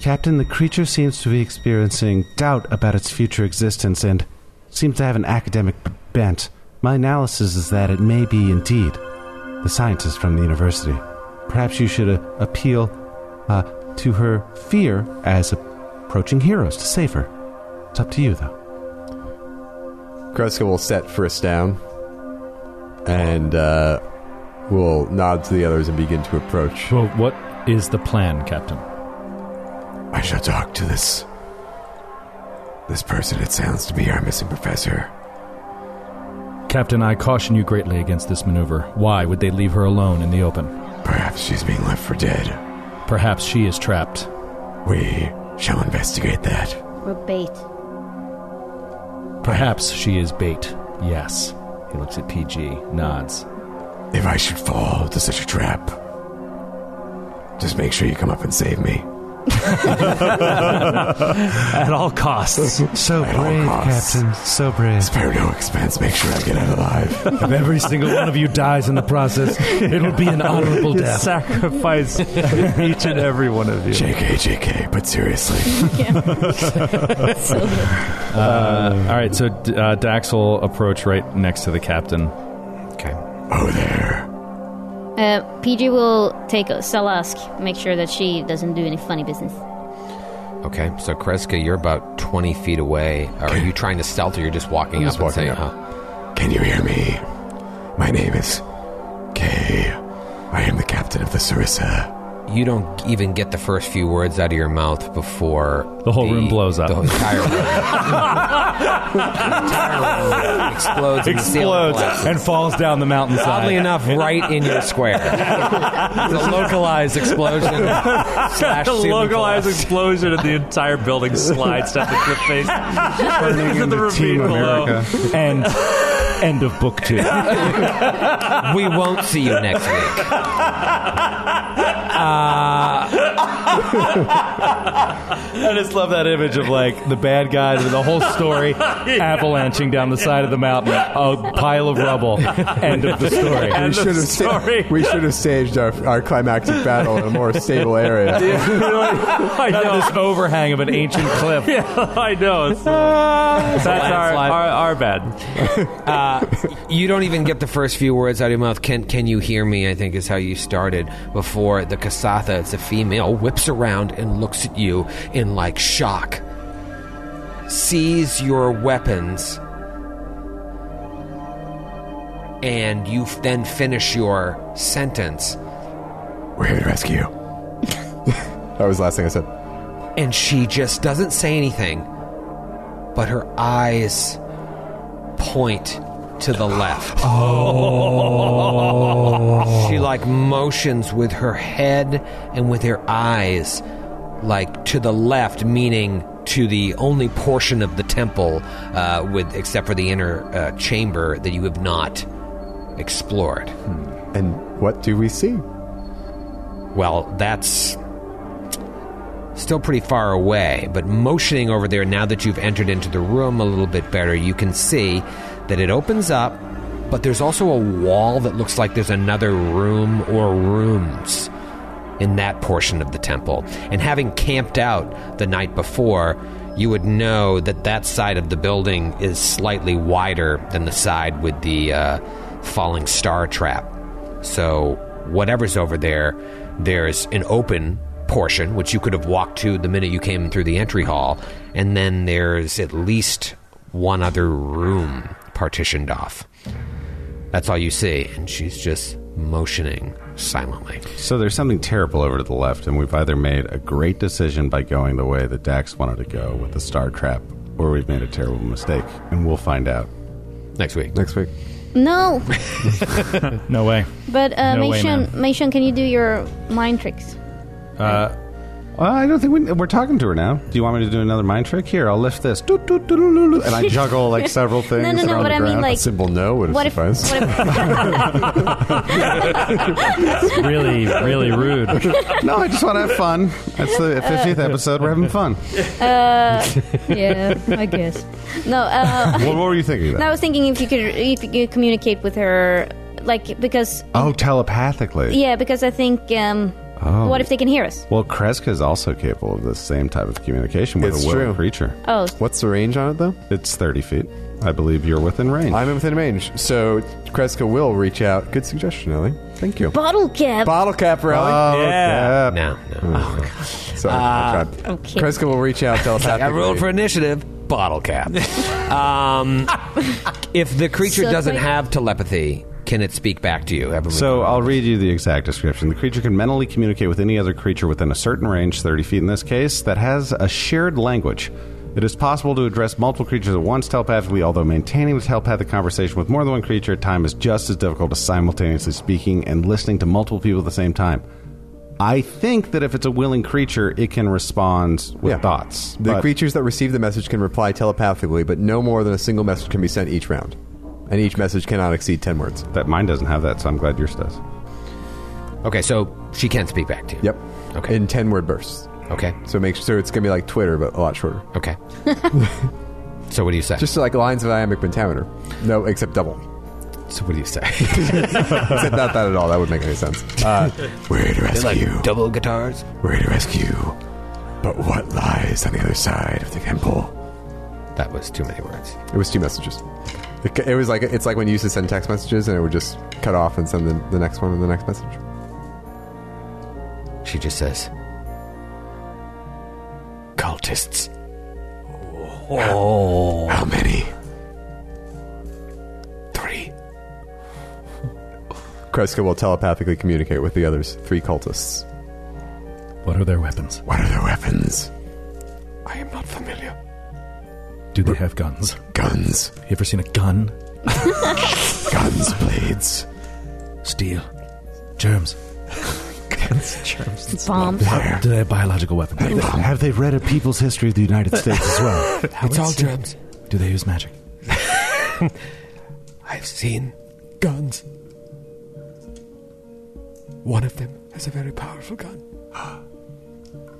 D: Captain, the creature seems to be experiencing doubt about its future existence and seems to have an academic b- bent. My analysis is that it may be indeed the scientist from the university. Perhaps you should uh, appeal uh, to her fear as approaching heroes to save her. It's up to you, though.
I: Kreska will set Friss down and uh, will nod to the others and begin to approach.
C: Well, what is the plan, Captain?
E: I shall talk to this. This person, it sounds to be our missing professor.
C: Captain, I caution you greatly against this maneuver. Why would they leave her alone in the open?
E: Perhaps she's being left for dead.
C: Perhaps she is trapped.
E: We shall investigate that.
H: We're bait.
C: Perhaps she is bait. Yes. He looks at PG, nods.
E: If I should fall into such a trap, just make sure you come up and save me.
J: At all costs.
D: So
E: At all brave, costs. Captain,
D: So brave.
E: Spare no expense, make sure I get out alive.
J: if every single one of you dies in the process, it'll be an honorable death. Sacrifice each and every one of you.
E: JK, JK, but seriously.
C: All right, so uh, Dax will approach right next to the captain.
B: Okay.
E: Oh, there.
H: Uh, PG will take Salask, make sure that she doesn't do any funny business.
B: Okay. So, Kreska, you're about 20 feet away. Are you trying to stealth or you're just walking
I: I'm
B: up
I: just
B: and
I: walking
B: saying,
I: up.
B: huh?
E: Can you hear me? My name is Kay. I am the captain of the Sarissa.
B: You don't even get the first few words out of your mouth before
C: The whole room blows up.
B: The entire room, entire room explodes. and the ceiling
C: Explodes
B: collapses.
C: and falls down the mountainside.
B: Oddly enough, right in your square. It's a localized explosion slash
J: The
B: ceiling
J: localized
B: collapse.
J: explosion and the entire building slides down the cliff face into the ravine below.
C: and end of book two.
B: We won't see you next week. Uh,
C: I just love that image of like the bad guys with the whole story avalanching down the side of the mountain, a pile of rubble. End of the story.
I: we should have sta- we should have staged our, our climactic battle in a more stable area.
C: I know. this overhang of an ancient cliff.
J: Yeah, I know. It's, that's our, our, our bad.
B: Uh, you don't even get the first few words out of your mouth. Can Can you hear me? I think is how you started before the Kasatha. It's a female whips around and looks at you in like shock. Sees your weapons, and you f- then finish your sentence.
I: We're here to rescue. that was the last thing I said.
B: and she just doesn't say anything, but her eyes point to the left. Oh. She like motions with her head and with her eyes like to the left meaning to the only portion of the temple uh, with except for the inner uh, chamber that you have not explored.
I: And what do we see?
B: Well, that's still pretty far away, but motioning over there now that you've entered into the room a little bit better, you can see that it opens up, but there's also a wall that looks like there's another room or rooms in that portion of the temple. And having camped out the night before, you would know that that side of the building is slightly wider than the side with the uh, falling star trap. So, whatever's over there, there's an open portion, which you could have walked to the minute you came through the entry hall, and then there's at least one other room partitioned off. That's all you see, and she's just motioning silently.
D: So there's something terrible over to the left, and we've either made a great decision by going the way that Dax wanted to go with the star trap, or we've made a terrible mistake, and we'll find out
B: next week.
D: Next week.
H: No,
C: no way.
H: but uh,
D: No way,
H: Meishan, Meishan, can you do your mind tricks?
D: Uh, well, I don't think we, we're talking to her now. Do you want me to do another mind trick? Here, I'll lift this. Doot, doot, doot, doot, doot, And I juggle like several
H: No,
D: things.
H: no, no,
D: around
H: but
D: the
H: I mean,
D: ground.
H: like,
I: Simple no would
H: what
I: have
H: if-
I: sufficed.
H: what
C: That's really, really rude.
D: no, I just want to have fun. That's the 50th episode. We're having fun.
H: Uh, yeah, I guess. No, uh,
D: what, what were you thinking?
H: no, I
D: Then?
H: was thinking if you could if you could communicate with her, like because
D: Oh, telepathically.
H: yeah, because I think um,
D: Oh.
H: what if they can hear us?
D: Well, Kreska is also capable of the same type of communication with
I: It's
D: a willing
I: true.
D: creature.
H: Oh,
I: What's the range on it though?
D: It's 30 feet. I believe you're within range.
I: I'm within range, so Kreska will reach out. Good suggestion, Ellie. Uh, Thank you.
H: bottle cap.
I: Bottle cap, Ellie.
D: Bottle Yeah. cap.
B: No, Oh, no.
I: Oh, God. Sorry, I
B: Uh,
I: tried.
H: okay.
I: Kreska will reach out telepathically.
B: I rolled for initiative. Bottle cap. um, if the creature
I: So
B: doesn't
I: quick.
B: have telepathy, can it speak back to you? Evan?
D: So I'll read you the exact description. The creature can mentally communicate with any other creature within a certain range, 30 feet in this case, that has a shared language. It is possible to address multiple creatures at once telepathically, although maintaining a telepathic conversation with more than one creature at a time is just as difficult as simultaneously speaking and listening to multiple people at the same time. I think that if it's a willing creature, it can respond with thoughts.
I: The
D: but-
I: creatures that receive the message can reply telepathically, but no more than a single message can be sent each round. And each message cannot exceed 10 words.
D: That mine doesn't have that, so I'm glad yours does.
B: Okay, so she can speak back to you.
I: Yep.
B: Okay.
I: In 10 word bursts.
B: Okay.
I: So make sure it's going to be like Twitter, but a lot shorter.
B: Okay. so what do you say?
I: Just like lines of iambic pentameter. No, except double.
B: So what do you say?
I: except not that at all. That would make any sense. Uh, we're here to
B: They're like
I: rescue.
B: double guitars.
I: we're here to rescue. But what lies on the other side of the temple?
B: That was too many words.
I: It was two messages. It, it was like it's like when you used to send text messages and it would just cut off and send the, the next one and the next message.
B: She just says, cultists.
I: Oh. How many?
B: Three.
I: Kreska will telepathically communicate with the others, three cultists.
C: What are their weapons?
I: What are their weapons?
B: I am not familiar.
C: Do they have guns?
I: Guns.
C: You ever seen a gun?
I: Guns, blades,
C: steel, germs.
I: Guns, germs.
H: Bombs.
C: How- Do they have biological weapons?
J: Have they read a people's history of the United States as well?
B: It's all drums.
C: Do they use magic?
B: I've seen guns. One of them
K: It's a very powerful gun.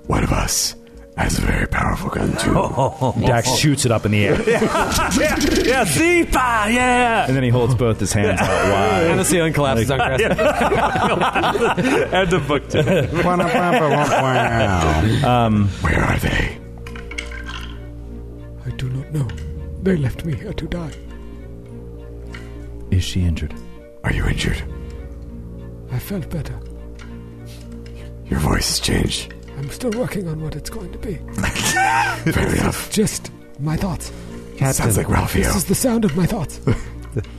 E: One of us has a very powerful gun, too.
C: Dax shoots it up in the air.
J: yeah, yeah, Zipa, yeah.
C: And then he holds both his hands out wide.
G: And the ceiling collapses
C: Like-
G: on Crest.
J: End of book two.
C: Um,
E: Where are they?
K: I do not know. They left me here to die.
C: is she injured?
E: Are you injured?
K: I felt better.
E: Your voice has changed.
K: I'm still working on what it's going to be.
E: Fair enough. uh,
K: Just my thoughts.
D: Captain,
E: Sounds like Ralphio.
K: This is the sound of my thoughts.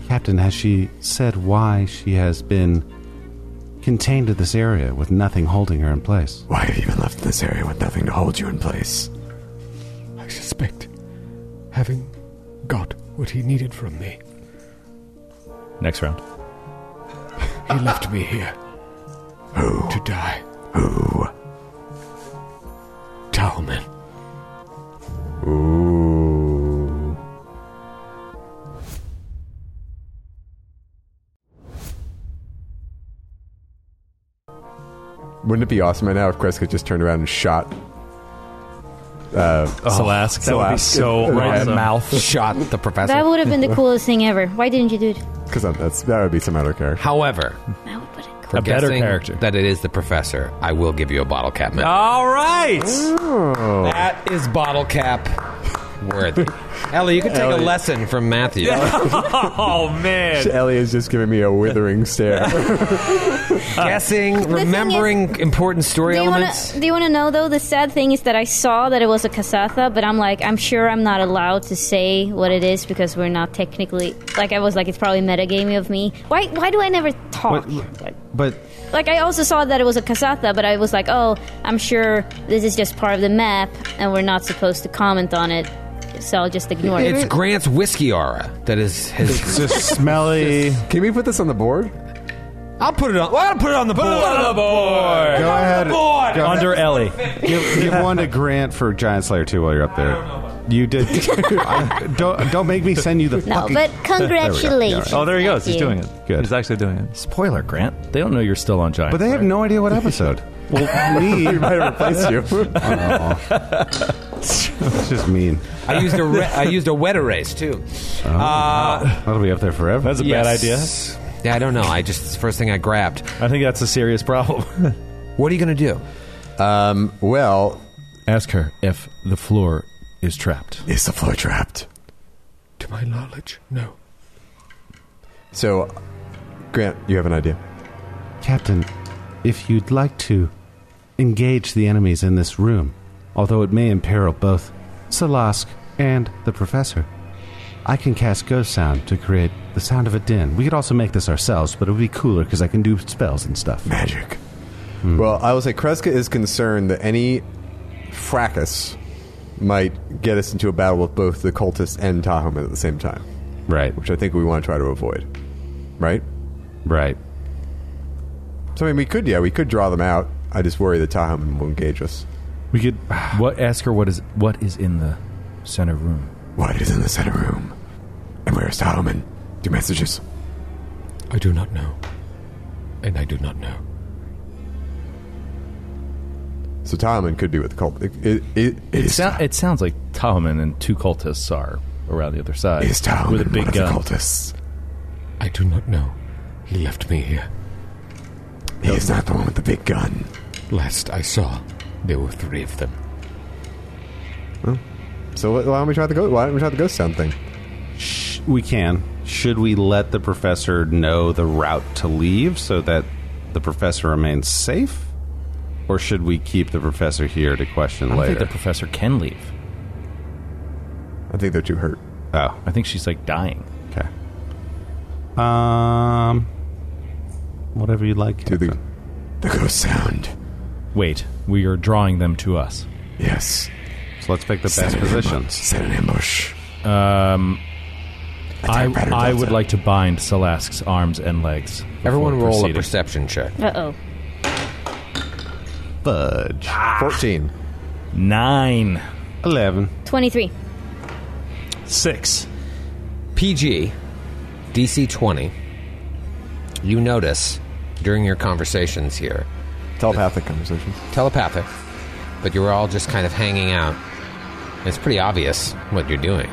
D: Captain, has she said why she has been contained to this area with nothing holding her in place?
E: Why have you been left in this area with nothing to hold you in place?
K: I suspect having got what he needed from me,
C: Next round.
K: he left me here
E: Who?
K: to die.
E: Who?
K: Talman.
I: Ooh. Wouldn't it be awesome right now if Kreska just turned around and shot? Uh,
C: Salask. That would be
I: Salask.
C: so
I: Right in the
C: awesome.
B: mouth shot the professor.
H: That would have been the coolest thing ever. Why didn't you do it?
I: Because that's that would be some other character.
B: However,
H: I would put it.
B: for
C: A better
B: guessing
C: character.
B: that it is the professor, I will give you a bottle cap. medal.
G: All right.
B: That is bottle cap worthy. Ellie, you can take a lesson from Matthew.
J: Oh man.
I: Ellie is just giving me a withering stare.
B: Guessing, remembering important story
H: Do you want
B: elements.
H: to? Do you want to know though? The sad thing is that I saw that it was a casata, but I'm like, I'm sure I'm not allowed to say what it is because we're not technically. Like I was like, it's probably metagaming of me. Why? Why do I never talk? Like,
D: But
H: like, I also saw that it was a casata, but I was like, oh, I'm sure this is just part of the map, and we're not supposed to comment on it, so I'll just ignore it.
B: It's Grant's whiskey aura that is his.
D: it's just smelly.
I: Can we put this on the board?
B: I'll put it on. Well, I'll put it on the board.
D: Go ahead. Go ahead.
C: Under Ellie.
D: Give, give one to Grant for Giant Slayer 2 while you're up there. You did. I- don't don't make me send you the
H: no,
D: fucking. There we
H: but
D: go. Yeah, all
H: congratulations.
D: right.
J: Oh, there he
H: Thank
J: goes. He's
H: you.
J: doing it.
D: Good.
J: He's actually doing it.
C: Spoiler, Grant. They don't know you're still on Giant.
D: but they have no idea what episode. well, me.
I: We might replace you.
D: That's just mean.
B: I used a re- I used a wet erase too. Uh,
D: That'll be up there forever.
J: That's a bad idea.
B: idea. Yeah, I don't know. I just it's the first thing I grabbed.
C: I think that's a serious problem.
B: What are you gonna do?
I: Um, well,
C: Ask her if the floor is trapped.
E: Is the floor trapped?
K: To my knowledge, no.
I: so Grant, you have an idea.
D: Captain, if you'd like to engage the enemies in this room, although it may imperil both Salask and the Professor, I can cast Ghost Sound to create the sound of a din. We could also make this ourselves, but it would be cooler because I can do spells and stuff.
E: Magic.
I: Hmm. Well, I will say Kreska is concerned that any fracas might get us into a battle with both the cultists and Tahoman at the same time,
D: Right,
I: which I think we want to try to avoid. Right?
D: right.
I: So, I mean, we could, yeah, we could draw them out. I just worry that Tahoman will engage us.
C: We could what ask her what is what is in the center room.
E: What is in the center room? And where is Talman? Two messages.
K: I do not know. And I do not know.
I: So Tahoman could be with the cult. It, it, it,
C: It,
I: is
C: sou-
I: Ta-
C: it sounds like Tahoman and two cultists are around the other side
E: Is Talman
C: with a
E: one
C: big
E: of
C: gun.
E: the cultists?
K: I do not know. He left me here.
E: He is not the one with the big gun.
K: Last I saw, there were three of them.
I: so why don't we try the ghost? Why don't we try the ghost sound thing?
D: Sh- we can. Should we let the Professor know the route to leave so that the Professor remains safe? Or should we keep the Professor here to question
C: I don't think
D: later?
C: the professor can leave.
I: I think they're too hurt.
D: oh,
C: I think she's like dying.
D: Okay. Um, whatever you like.
I: Do the,
D: Captain.
E: The ghost sound.
C: Wait, we are drawing them to us.
E: Yes.
D: so let's pick the
E: Set
D: best
E: an ambu-
D: positions.
E: Set an ambush.
C: Um, I,
E: better
C: I
E: than
C: would
E: that.
C: like to bind Salask's arms and legs. before
B: Everyone roll a
C: proceeding.
B: perception check.
H: Uh oh.
D: Fudge.
I: Fourteen.
C: Nine.
D: Eleven.
H: Twenty-three.
J: Six.
B: PG, DC twenty. You notice during your conversations here,
I: Telepathic conversation.
B: telepathic, but you're all just kind of hanging out. And it's pretty obvious what you're doing.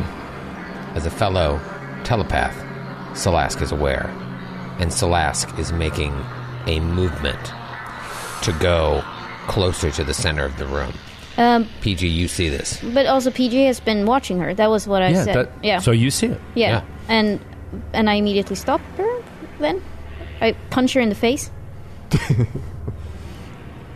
B: As a fellow telepath, Salask is aware, and Salask is making a movement to go closer to the center of the room.
H: Um,
B: PG, you see this.
H: but also PJ has been watching her. That was what I said. yeah.
B: you see it.
H: yeah. And and I immediately stop her. Then I punch her in the face.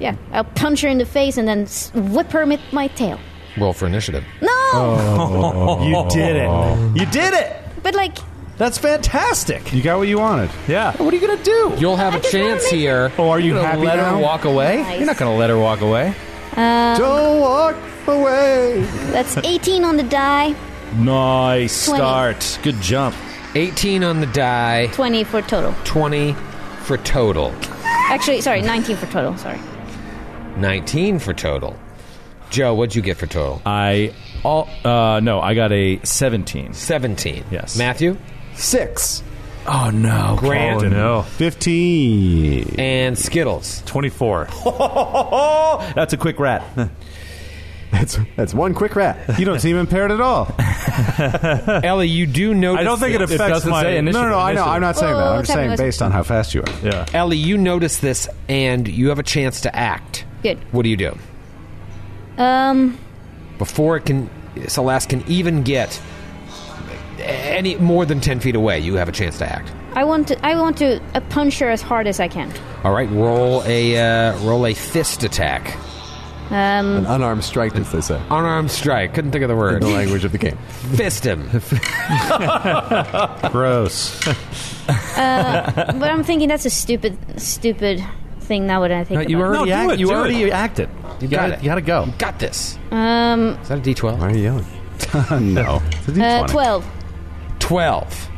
H: yeah, I'll punch her in the face and then s- whip her with my tail.
B: Roll for initiative.
H: No,
D: Oh.
C: Oh.
J: You did it. You did it.
H: but like
J: That's fantastic.
D: You got what you wanted.
J: Yeah.
C: What are you gonna do? You'll have a chance here. Oh, are you
J: You're gonna
C: happy
J: let her
C: now?
J: walk away?
H: Nice.
C: You're not gonna let her walk away.
H: um,
I: don't walk away.
H: That's eighteen on the die,
C: Nice
H: 20.
C: start. Good jump.
B: 18 on the die,
H: twenty for total.
B: 20 for total,
H: Actually, sorry, nineteen for total. Sorry.
B: 19 for total. Joe, what'd you get for total?
C: I all uh no, I got a 17.
B: 17.
C: Yes.
B: Matthew?
I: Six.
C: Oh no.
B: Grant.
C: Oh, no.
D: 15.
B: And Skittles.
C: 24. That's a quick rat.
I: That's that's one quick rat.
D: You don't seem impaired at all.
B: Ellie, you do notice.
J: I don't think it
B: this-
J: affects my.
D: No, no, no. I know. I'm not saying
H: Whoa,
D: that. I'm
H: what's
D: just saying
H: happening?
D: based on how fast you are.
J: Yeah.
B: Ellie, you notice this and you have a chance to act.
H: Good.
B: What do you do?
H: Um,
B: Before it can. Celeste can even get any more than 10 feet away, you have a chance to act.
H: I want to. I want to uh, punch her as hard as I can.
B: All right, roll a uh, roll a fist attack,
H: Um,
I: An Mm. unarmed strike, as they say,
B: unarmed strike. Couldn't think of the word.
I: in the language of the game.
B: Fist him.
D: Gross.
H: but I'm thinking that's a stupid, stupid thing. Now that I think about
C: you
H: it.
C: already,
J: do
C: act,
J: it,
C: you
J: do
C: already acted. You
B: got
C: gotta-
B: it.
C: You gotta go.
B: Got this.
H: Um,
B: Is that a D twelve?
I: Why are you yelling?
D: no. It's a
H: uh,
D: D20.
H: twelve.
B: 12.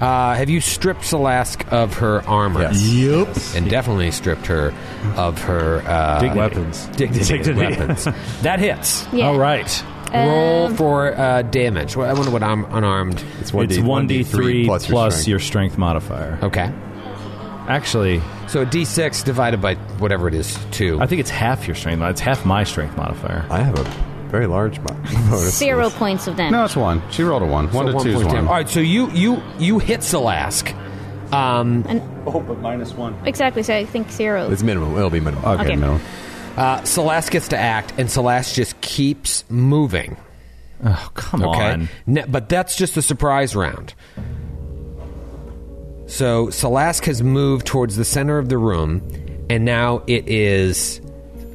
B: Uh, have you stripped Salask of her armor?
I: Yes.
D: Yup.
B: And definitely stripped her of her uh,
C: Big weapons.
B: dignity and
C: Dignity.
B: weapons. that hits.
H: Yeah.
C: All right.
B: Roll for uh, damage. Well, I wonder what I'm unarmed.
I: It's
C: It's 1d3 plus, plus
I: your.
C: your strength modifier.
B: Okay.
C: Actually,
B: So a d6 divided by whatever it is, 2.
C: I think it's half your strength. mod- It's half my strength modifier.
I: I have a very large mo- bonus.
H: Zero points of damage.
D: No, it's one. She rolled a one. One
B: So
D: to two is
B: point
D: one.
B: damage. All right, so you you you hit Salask. Um,
D: Oh, but minus one.
H: Exactly. So I think zero.
I: It's minimum. It'll be minimum.
D: Okay,
H: Okay.
D: no.
B: uh, Salask gets to act, and Salask just keeps moving.
C: Oh, come
B: Okay.
C: on.
B: Ne- but that's just the surprise round. So Salask has moved towards the center of the room, and now it is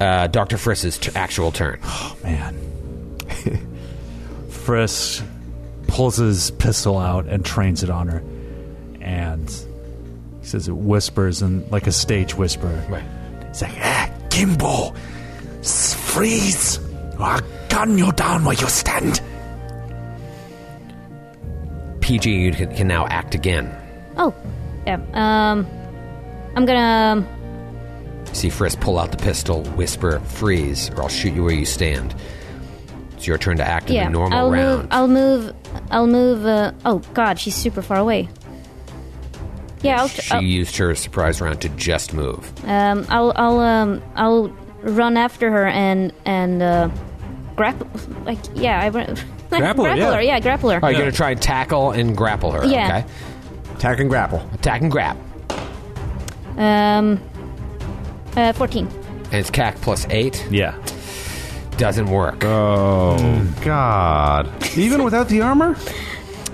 B: uh, Dr. Friss's t- actual turn.
J: Man. Frisk pulls his pistol out and trains it on her. And he says it whispers and like a stage whisper.
B: Right.
J: It's like, ah, Gimbo, s- freeze! or I'll gun you down where you stand.
B: PG you can, can now act again.
H: Oh, yeah. Um, I'm gonna. um,
B: See Friss pull out the pistol, whisper, freeze, or I'll shoot you where you stand. It's your turn to act
H: Yeah.
B: in the normal
H: I'll
B: round.
H: move. I'll move. I'll move. Uh, oh God, she's super far away. Yeah. I'll,
B: she used her surprise round to just move.
H: I'll, um, I'll. I'll. Um. I'll run after her and and uh, grapple. Like yeah, I run. Like,
C: Grapple her,
H: her,
C: yeah.
H: yeah, grapple her.
B: Are you going to try and tackle and grapple her?
H: Yeah.
B: Okay.
I: Attack and grapple.
B: Attack and grab.
H: Um, uh, 14.
B: And it's CAC plus eight.
C: Yeah.
B: Doesn't work.
D: Oh, God. Even without the armor?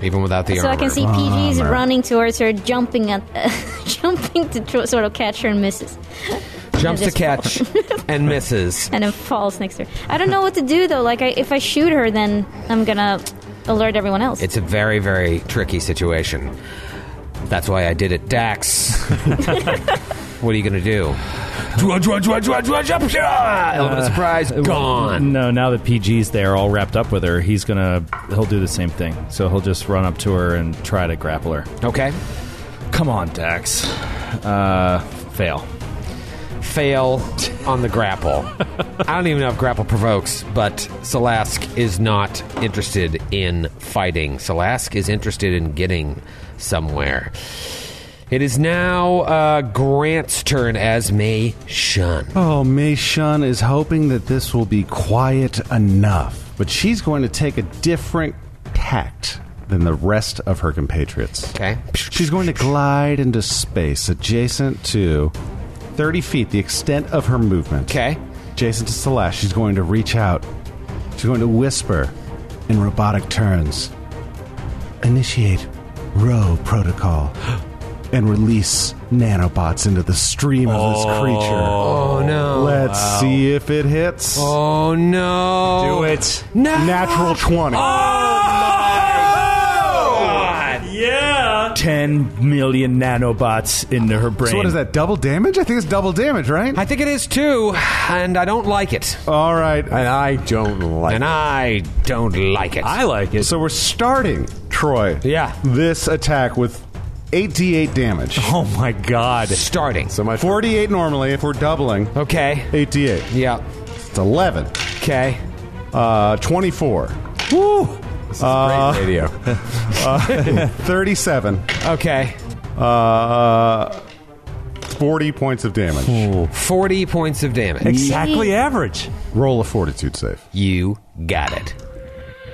B: Even without the
H: so
B: armor.
H: I can see PG's running towards her, jumping at, jumping to tr- sort of catch her and misses,
B: Jumps to
H: Just-
B: catch and misses.
H: and then falls next to her. I don't know what to do though. Like I, if I shoot her, then I'm gonna alert everyone else.
B: It's a very, very tricky situation. That's why I did it. Dax. what are you going to do? Element of surprise. Gone.
C: No, now that PG's there, all wrapped up with her, he's gonna he'll do the same thing. So he'll just run up to her and try to grapple her.
B: Okay.
C: Come on, Dax. Uh, fail.
B: Fail on the grapple. I don't even know if grapple provokes, but Salask is not interested in fighting. Salask is interested in getting somewhere. It is now uh, Grant's turn as May Shun.
D: Oh, May Shun is hoping that this will be quiet enough, but she's going to take a different tact than the rest of her compatriots.
B: Okay.
D: She's going to glide into space adjacent to 30 feet, the extent of her movement.
B: Okay.
D: Adjacent to Celeste, she's going to reach out. She's going to whisper in robotic turns. Initiate row protocol and release nanobots into the stream of this creature.
B: Oh, no.
D: Let's
B: Wow.
D: see if it hits.
B: Oh no.
D: Do
J: it.
D: Natural 20.
J: Yeah. 10 million nanobots into her brain.
D: So what is that? Double damage? I think it's double damage, right?
B: I think it is too, and I don't like it.
D: All right. And
I: Oh, I don't like
B: and
D: it.
B: I don't like it.
J: I like it.
D: So we're starting, Troy.
B: Yeah.
D: This attack with 88 damage.
J: Oh my god.
B: Starting.
I: So my
D: 48 normally if we're doubling.
B: Okay.
D: 88.
B: Yeah.
D: It's 11.
B: Okay.
D: Uh 24.
B: Woo!
D: This
I: is great radio.
D: uh, 37.
B: Okay.
D: Uh, 40 points of damage.
E: Hmm.
B: 40 points of damage.
J: Exactly average.
D: Roll a fortitude save.
B: You got it.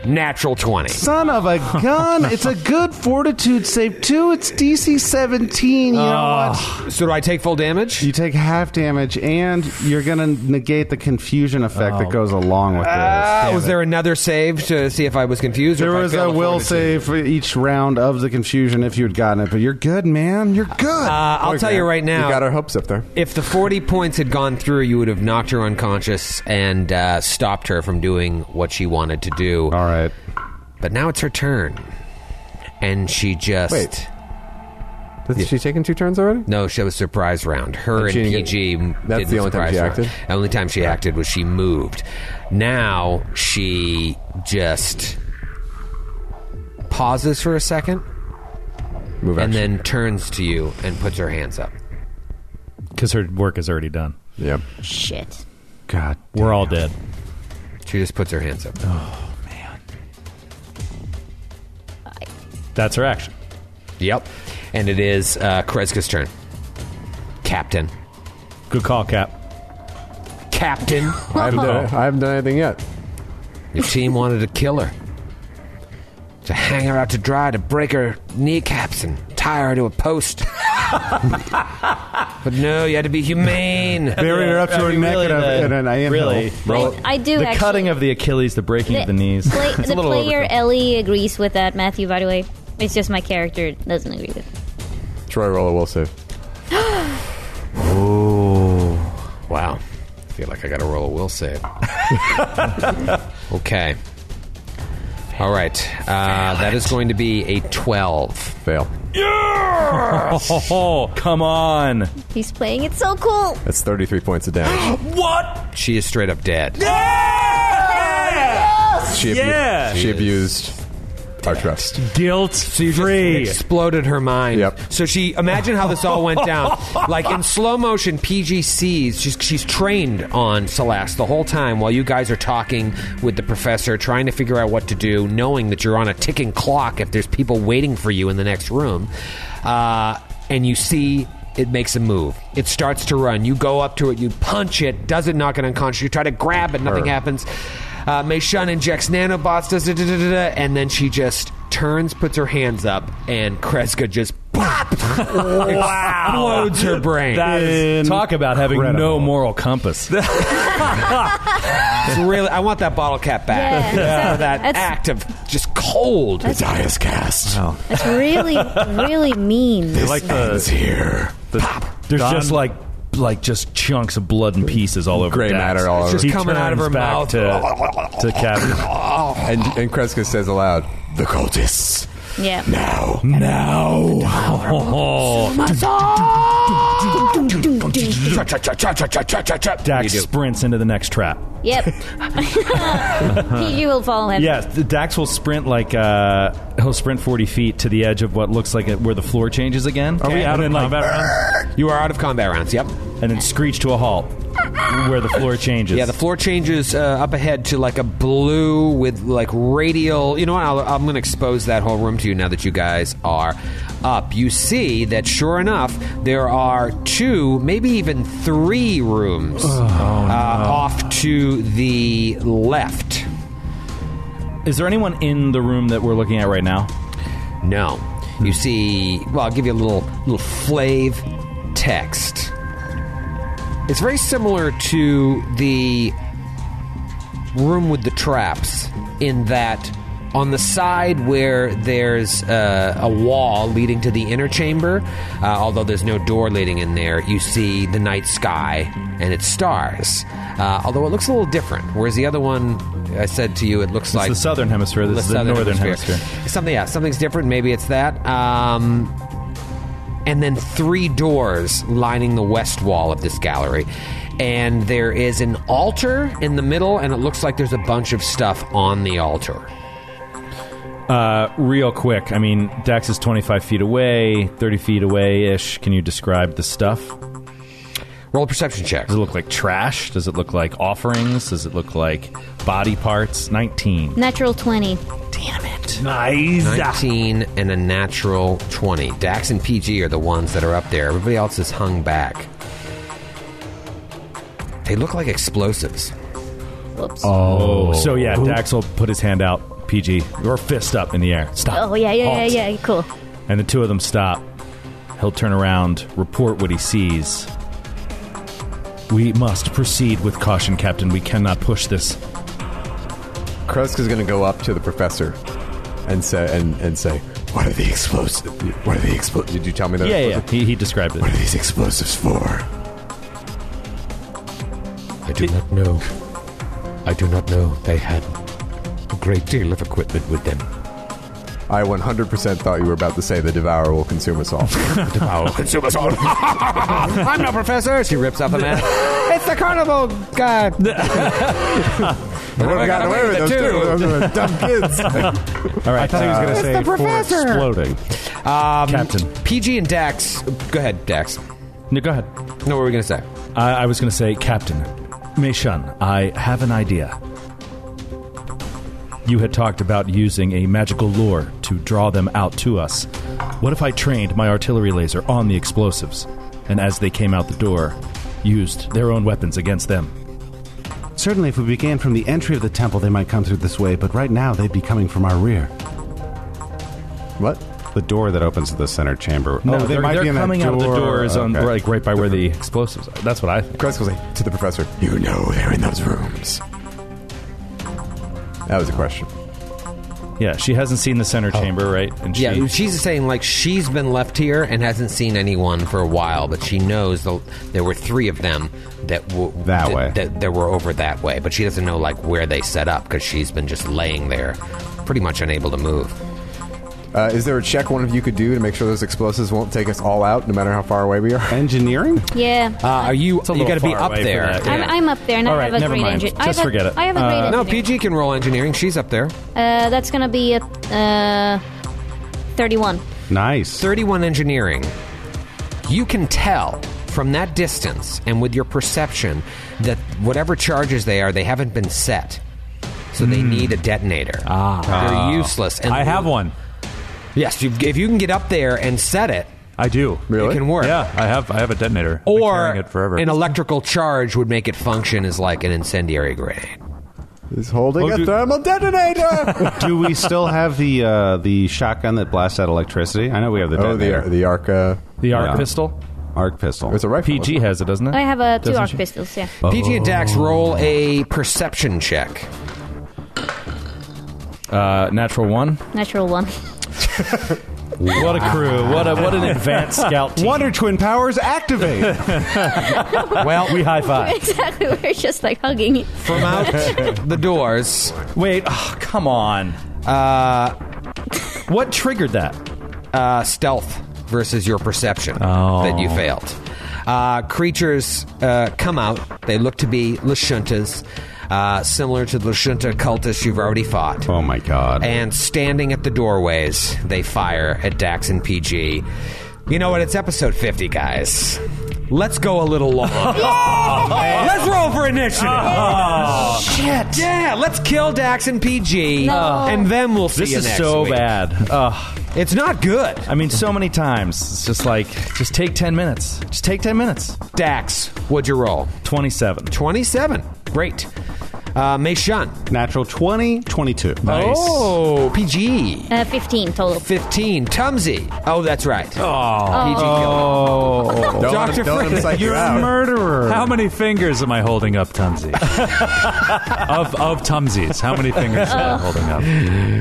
B: Natural 20.
D: Son of a gun! it's a good fortitude save too. It's DC 17. You
B: Oh.
D: know what?
B: So do I take full damage?
D: You take half damage, and you're gonna negate the confusion effect that goes along with
B: Uh,
D: this.
B: was there another save to see if I was confused?
D: There
B: or if I
D: was a
B: failed Uh,
D: will
B: fortitude?
D: save for each round of the confusion if you had gotten it, but you're good, man. You're good.
B: Uh, I'll tell you right now.
I: You got our hopes up there.
B: if the 40 points had gone through, you would have knocked her unconscious and uh, stopped her from doing what she wanted to do.
D: All right.
B: But now it's her turn. And she just.
I: Wait. Has she taken two turns already?
B: No, she was a surprise round. Her
I: And she
B: and,
I: didn't
B: PG.
I: get- that's
B: did
I: the only
B: surprise
I: time she
B: round.
I: acted?
B: The only time she acted was she moved. Now she just pauses for a second
I: Move
B: and
I: action.
B: then turns to you and puts her hands up.
J: Because her work is already done.
I: yeah.
H: Shit.
D: God.
J: We're all dead.
B: She just puts her hands up.
I: Oh.
J: That's her action.
B: Yep. And it is uh, Kreska's turn. Captain.
J: Good call, Cap.
B: Captain.
I: I haven't, done, I haven't done anything yet.
B: Your team wanted to kill her. To hang her out to dry, to break her kneecaps and tie her to a post. but no, you had to be humane.
D: Bury her up to her neck in, a, in an AM
L: really,
H: Roll it. I- I do
L: The
H: actually-
L: cutting of the Achilles, the breaking of the knees.
H: Play,
L: It's a
H: the
L: little
H: player
L: overkill.
H: Ellie agrees with that, Matthew, by the way. It's just my character doesn't agree with it.
I: Troy, roll a will save.
B: Wow. I feel like I got to roll a will save. okay. All right. Uh, that is going to be a 12.
I: Fail.
J: Oh, come on.
H: He's playing it so cool.
I: That's 33 points of damage.
J: What?
B: She is straight up dead.
I: She, abu-
J: Yeah.
I: she abused our trust.
J: Guilt free.
B: exploded her mind.
I: Yep.
B: So she imagine how this all went down. like in slow motion, PG sees she's she's trained on Celeste the whole time while you guys are talking with the professor, trying to figure out what to do, knowing that you're on a ticking clock if there's people waiting for you in the next room. Uh, and you see it makes a move. It starts to run. You go up to it, you punch it, doesn't knock it unconscious. You try to grab it, nothing
I: Her.
B: happens. Uh, Mei Shun injects nanobots, does da, da, da, da, da, and then she just turns, puts her hands up, and Kreska just pop, explodes her brain.
J: That is, talk about having no
D: Incredible.
J: moral compass.
B: It's really, I want that bottle cap back.
H: Yeah,
B: For that
H: that's-
B: act of just cold.
I: Dias cast.
H: That's really, really mean.
J: like the,
I: here.
J: the there's just like like just chunks of blood and pieces all over.
I: Gray
J: Dax.
I: matter all It's over.
B: just
J: He
B: coming out of
J: turns
B: her
J: back
B: mouth.
J: To, to Cap.
I: And, and Kreska says aloud, The cultists.
H: Yeah.
I: Now. Now.
J: Dax
B: You do.
J: sprints into the next trap.
H: Yep. PG will follow him.
J: Yes, the Dax will sprint like uh, he'll sprint forty feet to the edge of what looks like it, where the floor changes again. Are
B: we out
J: and
B: of
J: then, like,
B: You are out of combat rounds. Yep.
J: And then screech to a halt.
C: where the floor changes.
B: Yeah, the floor changes uh, up ahead to like a blue with like radial. You know what? I'll, I'm going to expose that whole room to you now that you guys are up. You see that sure enough, there are two, maybe even three rooms uh, off to the left.
C: Is there anyone in the room that we're looking at right now?
B: No.
C: Hmm.
B: You see, well, I'll give you a little little flave text. It's very similar to the room with the traps in that on the side where there's uh, a wall leading to the inner chamber, uh, although there's no door leading in there, you see the night sky and its stars. Uh, although it looks a little different, whereas the other one, I said to you, it looks
C: It's
B: like
C: the southern hemisphere. This is the
B: southern
C: northern
B: Something, yeah, something's different. Maybe it's that. Um, and then three doors lining the west wall of this gallery. And there is an altar in the middle, and it looks like there's a bunch of stuff on the altar.
C: Uh, real quick, I mean, Dax is 25 feet away, 30 feet away ish. Can you describe the stuff?
B: Roll a perception check.
C: Does it look like trash? Does it look like offerings? Does it look like body parts? 19.
H: Natural 20.
C: Nice.
B: 19 and a natural 20. Dax and PG are the ones that are up there. Everybody else is hung back. They look like explosives.
H: Whoops.
L: Oh.
C: So, yeah, Dax will put his hand out, PG, or fist up in the air. Stop.
H: Oh, yeah, yeah,
C: Halt.
H: yeah, yeah. Cool.
C: And the two of them stop. He'll turn around, report what he sees. We must proceed with caution, Captain. We cannot push this.
I: Kresk is going to go up to the professor and say, and, and say, "What are the explosives? What are the explosives? Did you tell me that?"
C: Yeah, yeah, He, he described it. What
I: are these explosives for?
K: I do not know. I do not know they had a great deal of equipment with them.
I: I 100% thought you were about to say the devourer will consume us all. devourer will consume us all.
B: I'm no professor. She rips off the mask. it's the carnival guy.
I: I would've gotten away with those two. Those dumb kids.
C: All right.
I: I thought he was gonna It's say the for professor. exploding.
B: Um,
C: Captain.
B: PG and Dax. Go ahead, Dax.
C: No, go ahead.
B: No, what were we going to say?
C: I, I was going to say, Captain, Meishan, I have an idea. You had talked about using a magical lure to draw them out to us. What if I trained my artillery laser on the explosives, and as they came out the door, used their own weapons against them?
D: Certainly, if we began from the entry of the temple, they might come through this way, but right now they'd be coming from our rear.
I: What?
D: The door that opens to the center chamber.
C: No,
D: oh, they
C: they're,
D: might
C: they're
D: be in that
C: coming out of the doors on
D: Okay.
C: like right by where the explosives. are. That's what I. Think.
I: Kresk was like to the professor. You know they're in those rooms. That was a question.
C: Yeah, she hasn't seen the center chamber, right? And she,
B: yeah, she's saying like she's been left here and hasn't seen anyone for a while, but she knows the, there were three of them that w-
D: That
B: that,
D: way.
B: that that were over that way, but she doesn't know like where they set up because she's been just laying there, pretty much unable to move.
I: Uh, is there a check one of you could do to make sure those explosives won't take us all out, no matter how far away we are?
D: Engineering?
H: Yeah.
L: Ah,
B: Uh, are you?
I: a
B: You
I: little
B: got to be
I: far
B: up
I: away for
B: there.
I: that,
H: I'm, I'm up there and I have a great engine. I have a- I have a great
L: Uh,
B: No,
H: engine.
B: PG can roll engineering. She's up there.
H: Uh, that's going to be a uh, 31.
D: Nice.
B: 31 engineering. You can tell from that distance and with your perception that whatever charges they are, they haven't been set. So they need a detonator. Ah. They're useless. And
J: Hmm. I have one.
B: Yes, you, if you can get up there and set it,
J: I do.
B: Really? It can work.
J: Yeah, I have. I have a detonator. I've been
B: or
J: carrying it forever.
B: an electrical charge would make it function as like an incendiary grenade.
I: Is holding
D: Oh,
I: a
D: dude.
I: thermal detonator.
D: Do we still have the uh, the shotgun that blasts out electricity? I know we have the
I: oh,
D: detonator.
I: the the Arca.
C: the arc
D: Yeah.
C: pistol.
D: arc pistol.
I: It's a rifle.
C: PG has it, doesn't it?
H: I have uh, two
C: Doesn't
H: arc
C: she?
H: pistols, yeah.
B: PG and Dax
J: Oh.
B: roll a perception check.
C: Uh, natural one.
H: Natural one.
C: What a crew! What a what an advanced scout team!
D: Wonder Twin powers activate.
B: Well,
C: we high five.
H: exactly. We're just like hugging. it.
B: From out the doors,
C: Wait, oh, come on.
B: uh,
C: What triggered that?
B: uh, stealth versus your perception that you failed. Uh, creatures uh, come out. They look to be Lashuntas, uh, similar to the Lashunta cultists you've already fought.
D: oh my god.
B: And standing at the doorways, they fire at Dax and PG. You know what? It's episode 50, guys. Let's go a little long. let's roll for initiative.
C: Oh.
M: Shit.
B: Yeah, let's kill Dax and PG, and then we'll see
C: This
B: you
C: is
B: next
C: so
B: week.
C: bad. Ugh.
B: It's not good.
C: I mean, so many times. It's just like, just take 10 minutes. Just take 10 minutes.
B: Dax, what'd you roll?
C: 27.
B: 27. Great. Uh, Mei Shun.
D: Natural 20, 22.
B: Oh, PG.
H: Uh, 15 total.
B: 15. Tumsy. Oh, that's right.
J: Oh.
B: PG killed him. Dr. Fritz,
J: you're a murderer. How many fingers am I holding up, Tumsy? of of Tumsies, how many fingers am I holding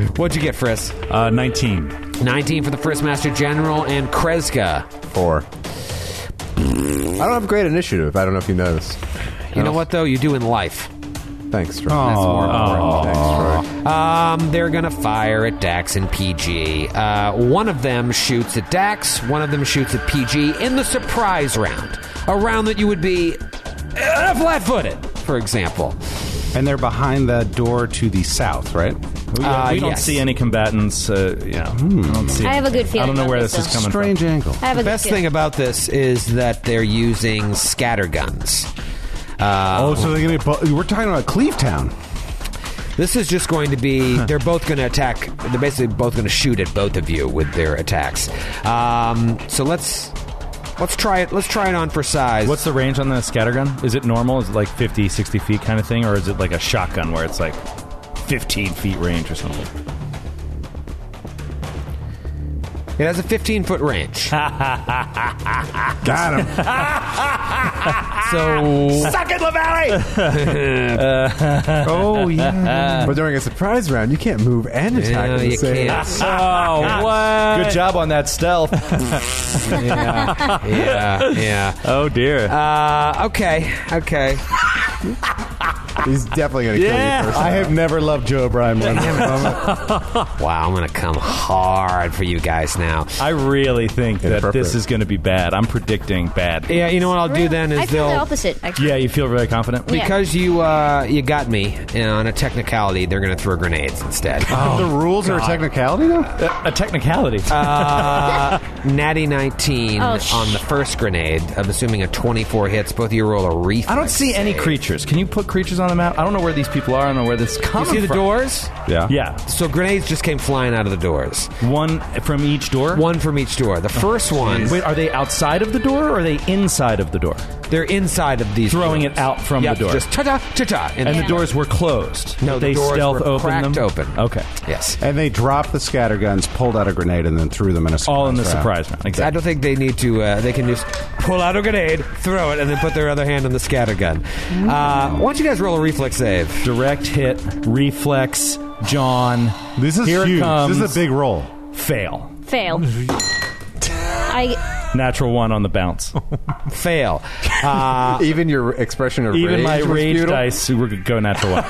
J: up?
B: What'd you get, Friss?
J: Uh, 19.
B: 19 for the Frisk Master General and Kreska.
I: Four. I don't have great initiative. I don't know if you noticed.
B: You know what, though? You do in life.
I: Thanks, Troy.
B: That's more important.
I: Thanks, Troy.
B: Um, they're gonna fire at Dax and PG. Uh, one of them shoots at Dax. One of them shoots at PG in the surprise round, a round that you would be uh, flat-footed, for example.
D: And they're behind the door to the south, right?
C: We, we don't see any combatants. Uh, yeah, Uh, I don't see.
H: I have a good feeling
C: I don't know
H: about
C: where
H: this,
C: this, is coming
H: though.
D: Strange
C: from.
D: angle.
H: I have a
B: Oh. the
H: good
B: best
H: feeling.
B: thing about this is that they're usting scatter guns. Uh,
D: Oh, so they're gonna. Get, bu- we're talking about Cleavetown.
B: This is just going to be. They're both going to attack. They're basically both going to shoot at both of you with their attacks. Um, so let's let's try it. Let's try it on for size.
C: What's the range on the scattergun? Is it normal? Is it like 50, 60 feet kind of thing? Or is it like a shotgun where it's like 15 feet range or something?
B: It has a 15 foot range. Got him. so
M: Suck it, LaValle!
I: oh yeah. But during a surprise round, you can't move and attack.
B: Yeah,
I: at the
B: you
I: same-
B: can't.
C: Oh, what? Good job on that stealth.
B: yeah, yeah, yeah.
C: Oh, dear.
B: Uh, okay, okay.
I: He's definitely gonna
B: Yeah.
I: kill you. First
D: I have never loved Joe O'Brien. more than that moment.
B: Wow, I'm gonna come hard for you guys now.
C: I really think that
B: Inappropriate.
C: this is going to be bad. I'm predicting bad.
B: Yeah, you know what I'll do then is
H: I feel the
B: they'll
H: opposite, actually.
C: Yeah, you feel really confident?
H: Yeah.
B: because you uh, you got me on a technicality. They're gonna throw grenades instead.
C: Oh.
D: the rules are a
B: God.
D: technicality, though.
C: A technicality.
B: Uh, natty 19
C: Oh,
B: on the first grenade. I'm assuming a 24 hits. Both of you roll a reflex.
C: I don't see any
B: save.
C: creatures. Can you put creatures on the map? I don't know where these people are. I don't know where this is
B: You
C: coming
B: see the
C: from.
B: doors?
D: Yeah.
C: Yeah.
B: So grenades just came flying out of the doors.
C: One from each door?
B: One from each door. The first
C: Oh,
B: one.
C: Wait, are they outside of the door or are they inside of the door?
B: They're inside of these.
C: Throwing it out from
B: Yep,
C: the door.
B: Just ta ta ta ta.
C: and the doors were closed.
B: No, the
C: they
B: doors
C: stealth
B: were
C: opened
B: cracked
C: them.
B: open.
C: Okay.
B: Yes.
D: And they dropped the scatter guns, pulled out a grenade, and then threw them in a surprise
C: All in the
D: round.
C: surprise round.
B: I
C: Exactly.
B: don't think they need to. Uh, they can just pull out a grenade, throw it, and then put their other hand on the scatter gun.
C: Mm.
B: Uh, why don't you guys roll a reflex save?
C: Direct hit, reflex, John.
D: This is
C: Here it
D: huge.
C: comes.
D: This is a big roll.
C: Fail.
H: Fail. I
C: Natural one on the bounce.
B: Fail. Uh,
I: Even your expression of
C: Even
I: rage
C: my
I: was
C: rage
I: futile.
C: dice would go natural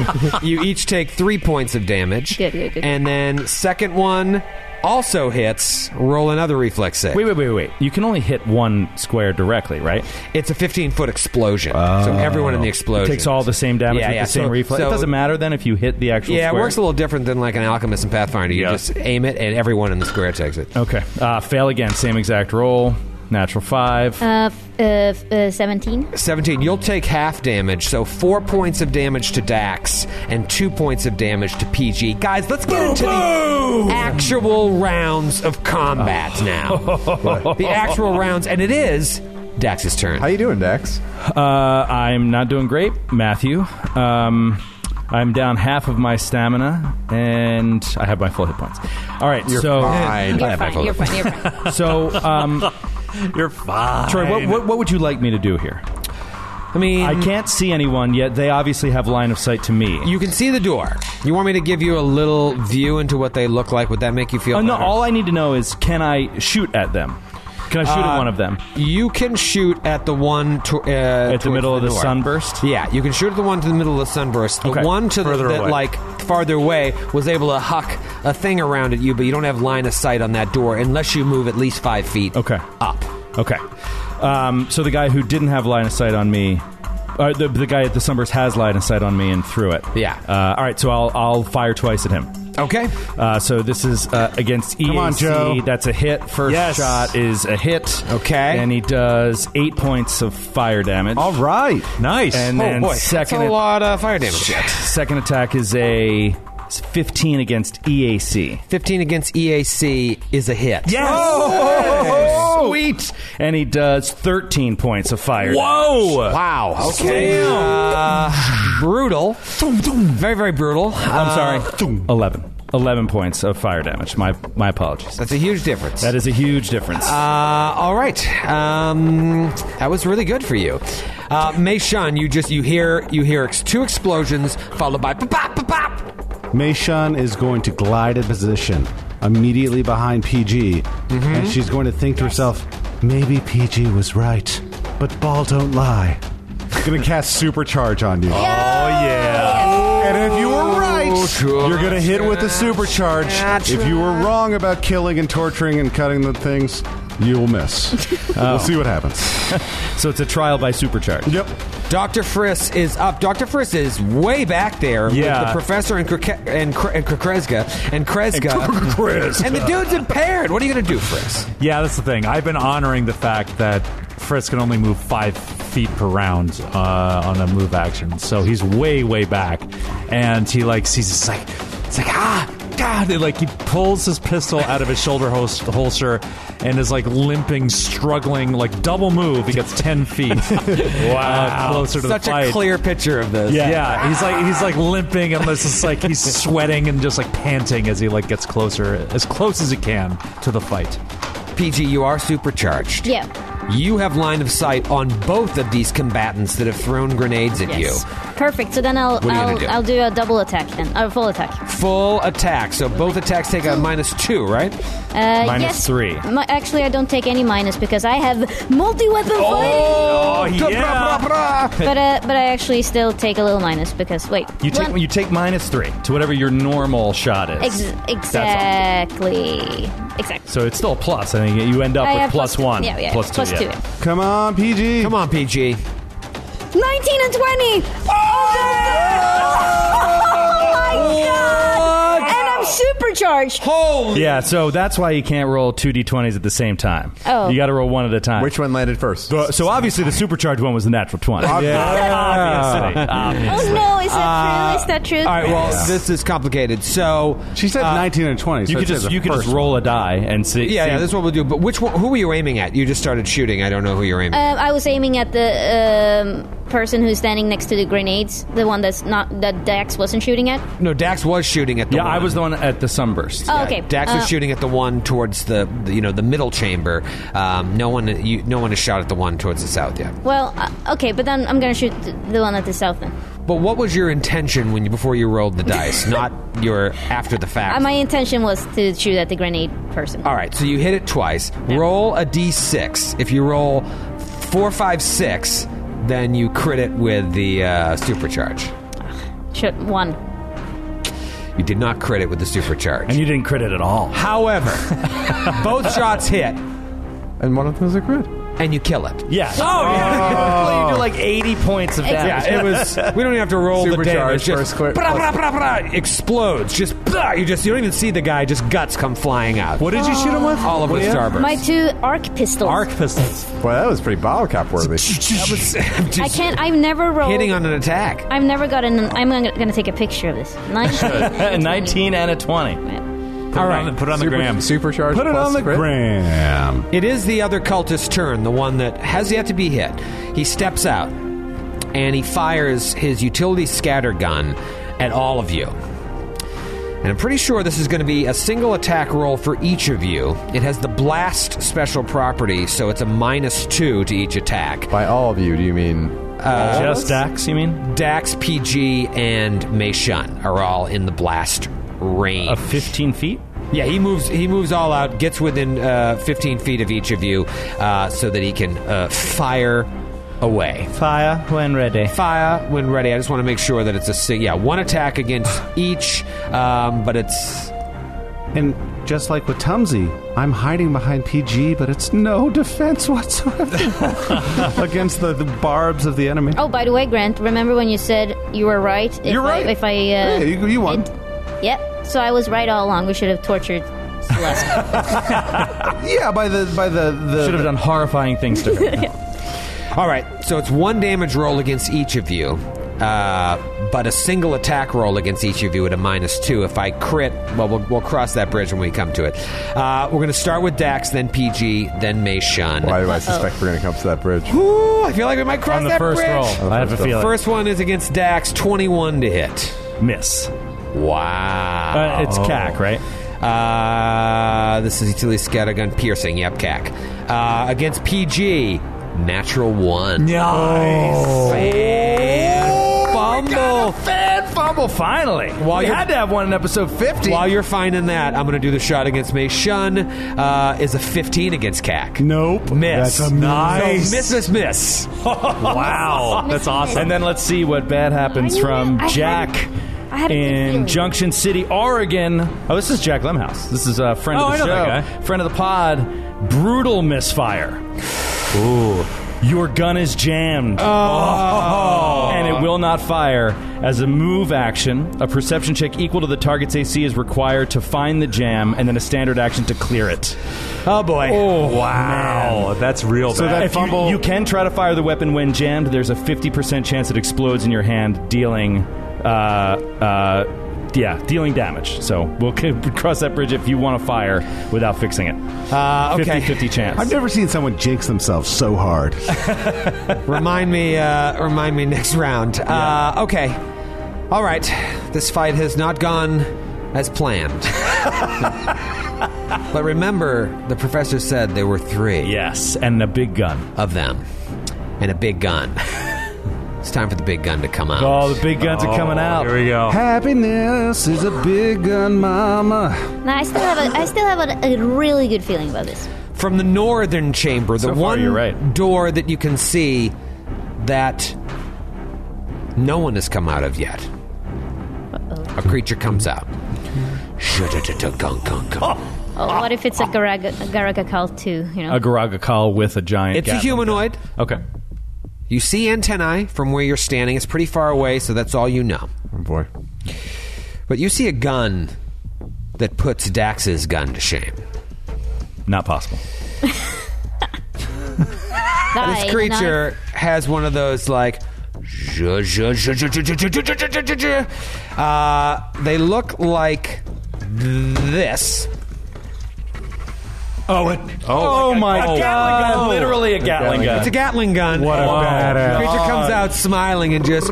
C: one.
B: you each take three points of damage.
H: Good, good, good.
B: And then second one also hits. Roll another reflex save.
C: wait, wait, wait, wait. You can only hit one square directly, right?
B: It's a 15 foot explosion. So everyone in the
C: Oh. It
B: explosion
C: takes all the same damage
B: Yeah,
C: with
B: yeah,
C: the same
B: so-
C: reflex.
B: so-
C: it doesn't matter then if you hit the actual
B: Yeah,
C: square.
B: it works a little different than like an alchemist and pathfinder. You
C: Yeah.
B: just aim it, and everyone in the square takes it.
C: Okay. Uh, fail again. Same exact roll. Natural five.
H: uh, f- uh, f- uh, 17.
B: 17. You'll take half damage, so four points of damage to Dax and two points of damage to PG. Guys, let's get into the actual rounds of combat now. the actual rounds, and it is Dax's turn.
I: How you doing, Dex?
C: Uh, I'm not doing great, Matthew. Um, I'm down half of my stamina, and I have my full hit points. All right,
I: You're
C: so
I: fine.
H: You're fine. You're fine. You're fine.
C: so um,
J: You're fine.
C: Troy, what, what, what would you like me to do here?
B: I mean,
C: I can't see anyone yet. They obviously have line of sight to me.
B: you can see the door. You want me to give you a little view into what they look like? Would that make you feel
C: Oh, no,
B: better?
C: all I need to know is can I shoot at them? Can I shoot at
B: Uh,
C: one of them?
B: You can shoot at the one to, uh,
C: At the
B: towards
C: middle of the
B: door.
C: sunburst?
B: Yeah, you can shoot at the one to the middle of the sunburst. The
C: Okay.
B: one to the
J: Further
B: that,
J: away.
B: like farther away was able to huck a thing around at you, but you don't have line of sight on that door unless you move at least five feet
C: Okay.
B: up.
C: Okay. Um, so the guy who didn't have line of sight on me, uh, the, the guy at the sunburst has line of sight on me and threw it.
B: Yeah.
C: Uh, all right, so I'll, I'll fire twice at him.
B: Okay.
C: Uh, so this is uh, against EAC.
D: Come on, Joe.
C: That's a hit. First
D: Yes.
C: shot is a hit.
B: Okay.
C: And he does eight points of fire damage. All
D: right.
C: Nice. And
B: Oh,
C: then
B: boy.
C: second
B: That's a lot of fire damage.
C: Shit. Second attack is a it's 15 against E EAC.
B: 15 against EAC is a hit.
C: Yes.
B: Oh!
C: Sweet. And he does 13 points of fire.
B: Whoa! Wow. Okay. Uh, brutal. Very, very brutal.
C: I'm
B: Uh,
C: sorry. 11. 11 points of fire damage. My my apologies. That's
B: a huge difference.
C: That is a huge difference.
B: Uh, all right. Um, that was really good for you. Uh, Mei Shun, you just you hear you hear ex- two explosions followed by pop pop pop, pop.
D: Meishun is going to glide in position immediately behind PG, and she's going to think to herself, maybe PG was right, but ball don't lie. going to cast supercharge on you. Oh,
F: yeah.
D: And if you were right, you're going to hit with the supercharge. If you were wrong about killing and torturing and cutting the things, you'll miss.
C: Oh.
D: We'll see what happens.
C: so it's a trial by supercharge.
D: Yep.
B: Dr. Friss is up. Dr. Friss is way back there
C: Yeah.
B: with the professor and Kreke- and, Kre- and Krekreska and
J: And
B: Kreska.
J: Kreska.
B: and the dude's impaired. What are you going to do, Friss?
J: Yeah, that's the thing. I've been honoring the fact that Frisk can only move five feet per round uh, on a move action, so he's way, way back, and he like sees it's like it's like ah. God, and, like he pulls his pistol out of his shoulder host, holster and is like limping, struggling, like double move. He gets ten feet wow. closer to
B: Such
J: the fight.
B: a clear picture of this.
J: Yeah. he's like he's like limping and this is like he's sweating and just like panting as he like gets closer, as close as he can to the fight.
B: PG, you are supercharged.
H: Yeah.
B: You have line of sight on both of these combatants that have thrown grenades at you.
H: Yes. Perfect. So then I'll
B: What are you gonna
H: I'll,
B: do?
H: I'll do a double attack then, or full attack.
B: Full attack. So both attacks take a minus two, right?
H: Uh, yes. Mi- actually, I don't take any minus because I have multi-weapon
C: Oh,
H: fighting.
C: yeah.
H: But uh, but I actually still take a little minus because wait.
C: You take
H: one-
C: you take minus three to whatever your normal shot is.
H: ex- exactly. Exactly.
C: So it's still a plus. I think you end up
H: I
C: with
H: have
C: plus,
H: plus-
C: one.
H: yeah, yeah,
C: plus two.
H: plus
C: yeah.
H: two, yeah.
D: Come on, PG.
B: Come on, PG.
H: 19 and 20! Oh, my god! And I'm supercharged! Oh,
B: Holy!
C: Yeah, so that's why you can't roll two d20s at the same time.
H: Oh.
C: You got to roll one at a time. Which
I: one landed first?
C: so obviously the supercharged one was the natural Um, 20. Obviously.
H: Oh
C: Obviously.
H: no, is
C: Ah.
H: that true? Is that true?
B: Uh, All right. Well, this is complicated. So she
D: said 19 and 20.
C: Uh, You could just you could just roll a die and see.
B: Yeah,
C: see-
B: yeah, that's what we'll do. But which one, who were you aiming at? You just started shooting. I don't know who you're aiming.
H: Um, I was aiming at the um, person who's standing next to the grenades, the one that's not that Dax wasn't shooting at.
B: at. No, Dax was shooting at the.
C: Yeah, I
B: one.
C: was the one at the sunburst.
H: Oh, okay.
B: Dax
H: Uh,
B: was shooting at the one towards the, the you know the middle chamber. Um, no one you, no one has shot at the one towards the south yet.
H: Well, uh, okay, but then I'm gonna shoot th- the one at the south then.
B: But what was your intention when you before you rolled the dice? Not your after the fact.
H: Uh, my intention was to shoot at the grenade person.
B: All right, so you hit it twice. Roll a d6. If you roll four, five, six, then you crit it with the uh, supercharge.
H: Shoot one.
B: You did not crit it with the supercharge.
C: And you didn't crit it at all.
B: However, both shots hit,
I: and one of them is a crit.
B: and you kill it.
C: Yeah.
B: Oh, yeah.
C: Well, you do like 80 points of damage.
B: Yeah, it was. We don't even have to roll the damage.
I: Supercharged
B: Just
I: first crit.
B: brah, brah, brah, brah, explodes. Just brah, you just you don't even see the guy. Just guts come flying out. What
I: did you shoot him with?
B: Oliver
I: What do you have?
B: Starburst.
H: My two arc pistols. Arc
C: pistols.
I: Boy, that was pretty bottle cap worthy.
H: I can't. I've never rolled.
B: hitting on an attack.
H: I've never gotten. An, I'm gonna, gonna take a picture of this. Nice.
C: 19 and a 20.
B: Put All right.
C: put it on the gram.
I: Supercharged.
B: Put it
I: plus
B: on the
I: crit.
D: Gram.
B: It is the other cultist's turn, the one that has yet to be hit. He steps out and he fires his utility scatter gun at all of you. And I'm pretty sure this is going to be a single attack roll for each of you. It has the blast special property, so it's a minus two to each attack.
I: By all of you, do you mean
B: Uh,
C: Just Dax, you mean?
B: Dax, PG, and Mei Shun are all in the blast range. Of
C: 15 feet?
B: Yeah, he moves. He moves all out, gets within uh, 15 feet of each of you, uh, so that he can uh, fire away.
C: Fire when ready.
B: Fire when ready. I just want to make sure that it's a si- yeah one attack against each, um, but it's
D: And just like with Tumsy, I'm hiding behind PG, but it's no defense whatsoever against the, the barbs of the enemy.
H: oh, by the way, Grant, remember when you said you were right? If
D: You're right.
H: I, if I uh,
D: Yeah, you- you won.
H: Yep. So I was right all along. We should have tortured Celeste.
D: yeah, by the by the, the
C: should have done horrifying things to her.
B: All right, so it's one damage roll against each of you, uh, but a single attack roll against each of you at a minus two. If I crit, well, we'll, we'll cross that bridge when we come to it. Uh, we're going to start with Dax, then PG, then May Shun.
I: Why do I suspect we're going to come to that bridge?
B: Ooh, I feel like we might cross
I: On the
B: that
I: first
B: bridge.
I: roll. On the I have first a roll. feeling.
B: First one is against Dax, twenty-one to hit.
C: Miss.
B: Wow.
C: Uh, it's CAC,
B: right? Uh, this is Utility Scattergun Piercing. Yep, CAC. Uh, against PG, natural one. Nice.
C: Oh
B: Fumble.
C: Fan fumble. Finally.
B: While
C: we
B: you're-
C: had to have one in episode fifty.
B: While you're finding that, I'm going to do the shot against May Shun. Uh, is a 15 against CAC.
D: Nope.
B: Miss.
C: That's a nice.
B: So miss, miss, miss.
C: wow, that's awesome. And then let's see what bad happens from
B: I had-
C: Jack.
H: I had a good
C: in Junction City, Oregon. Oh, this is Jack Lemhouse. This is a friend
J: Oh,
C: of the
J: I know
C: show,
J: that
C: friend of the pod. Brutal misfire. Ooh, your gun is jammed, oh. and it will not fire. As a move action, a perception check equal to the target's AC is required to find the jam, and then a standard action to clear it. Oh boy! Oh wow, that's real.
J: So bad. that
C: if you-
J: fumble-
C: you can try to fire the weapon when jammed. There's a 50% chance it explodes in your hand, dealing, uh, uh, yeah, dealing damage. So we'll c- cross that bridge if you want to fire without fixing it. Uh,
D: okay.
C: 50 chance.
D: I've never seen someone jinx themselves so hard.
B: remind me. Uh, remind me next round. Uh, okay. All right. This fight has not gone as planned. but remember, the professor said there were three.
C: Yes, and a big gun
B: of them, and a big gun. it's time for the big gun to come out.
C: Oh, the big guns are coming out. Here we go.
D: Happiness is a big gun, mama.
H: no, I still have a, I still have a, a really good feeling about this.
B: from the northern chamber, the
C: So far,
B: one
C: you're right.
B: door that you can see that no one has come out of yet. A creature comes out.
H: Oh, what if it's a Garaga, a Garaga cult too? You know,
C: A Garaga call with a giant.
B: It's a
C: Gatling
B: humanoid.
C: gun. Okay.
B: You see antennae from where you're standing. It's pretty far away, so that's all you know.
D: Oh boy.
B: But you see a gun that puts Dax's gun to shame.
C: Not possible.
H: Die,
B: this creature has one of those like. "Zha, zha, zha, zha, zha, zha, zha, zha, zha, zha, zha." Uh, they look like this.
C: Oh, it, oh, my
B: God.
C: God. Gatling gun. Literally a Gatling gun.
B: It's a Gatling gun.
C: What a
B: And The
C: badass.
B: creature comes out smiling and just.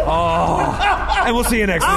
B: oh. And we'll see you next week.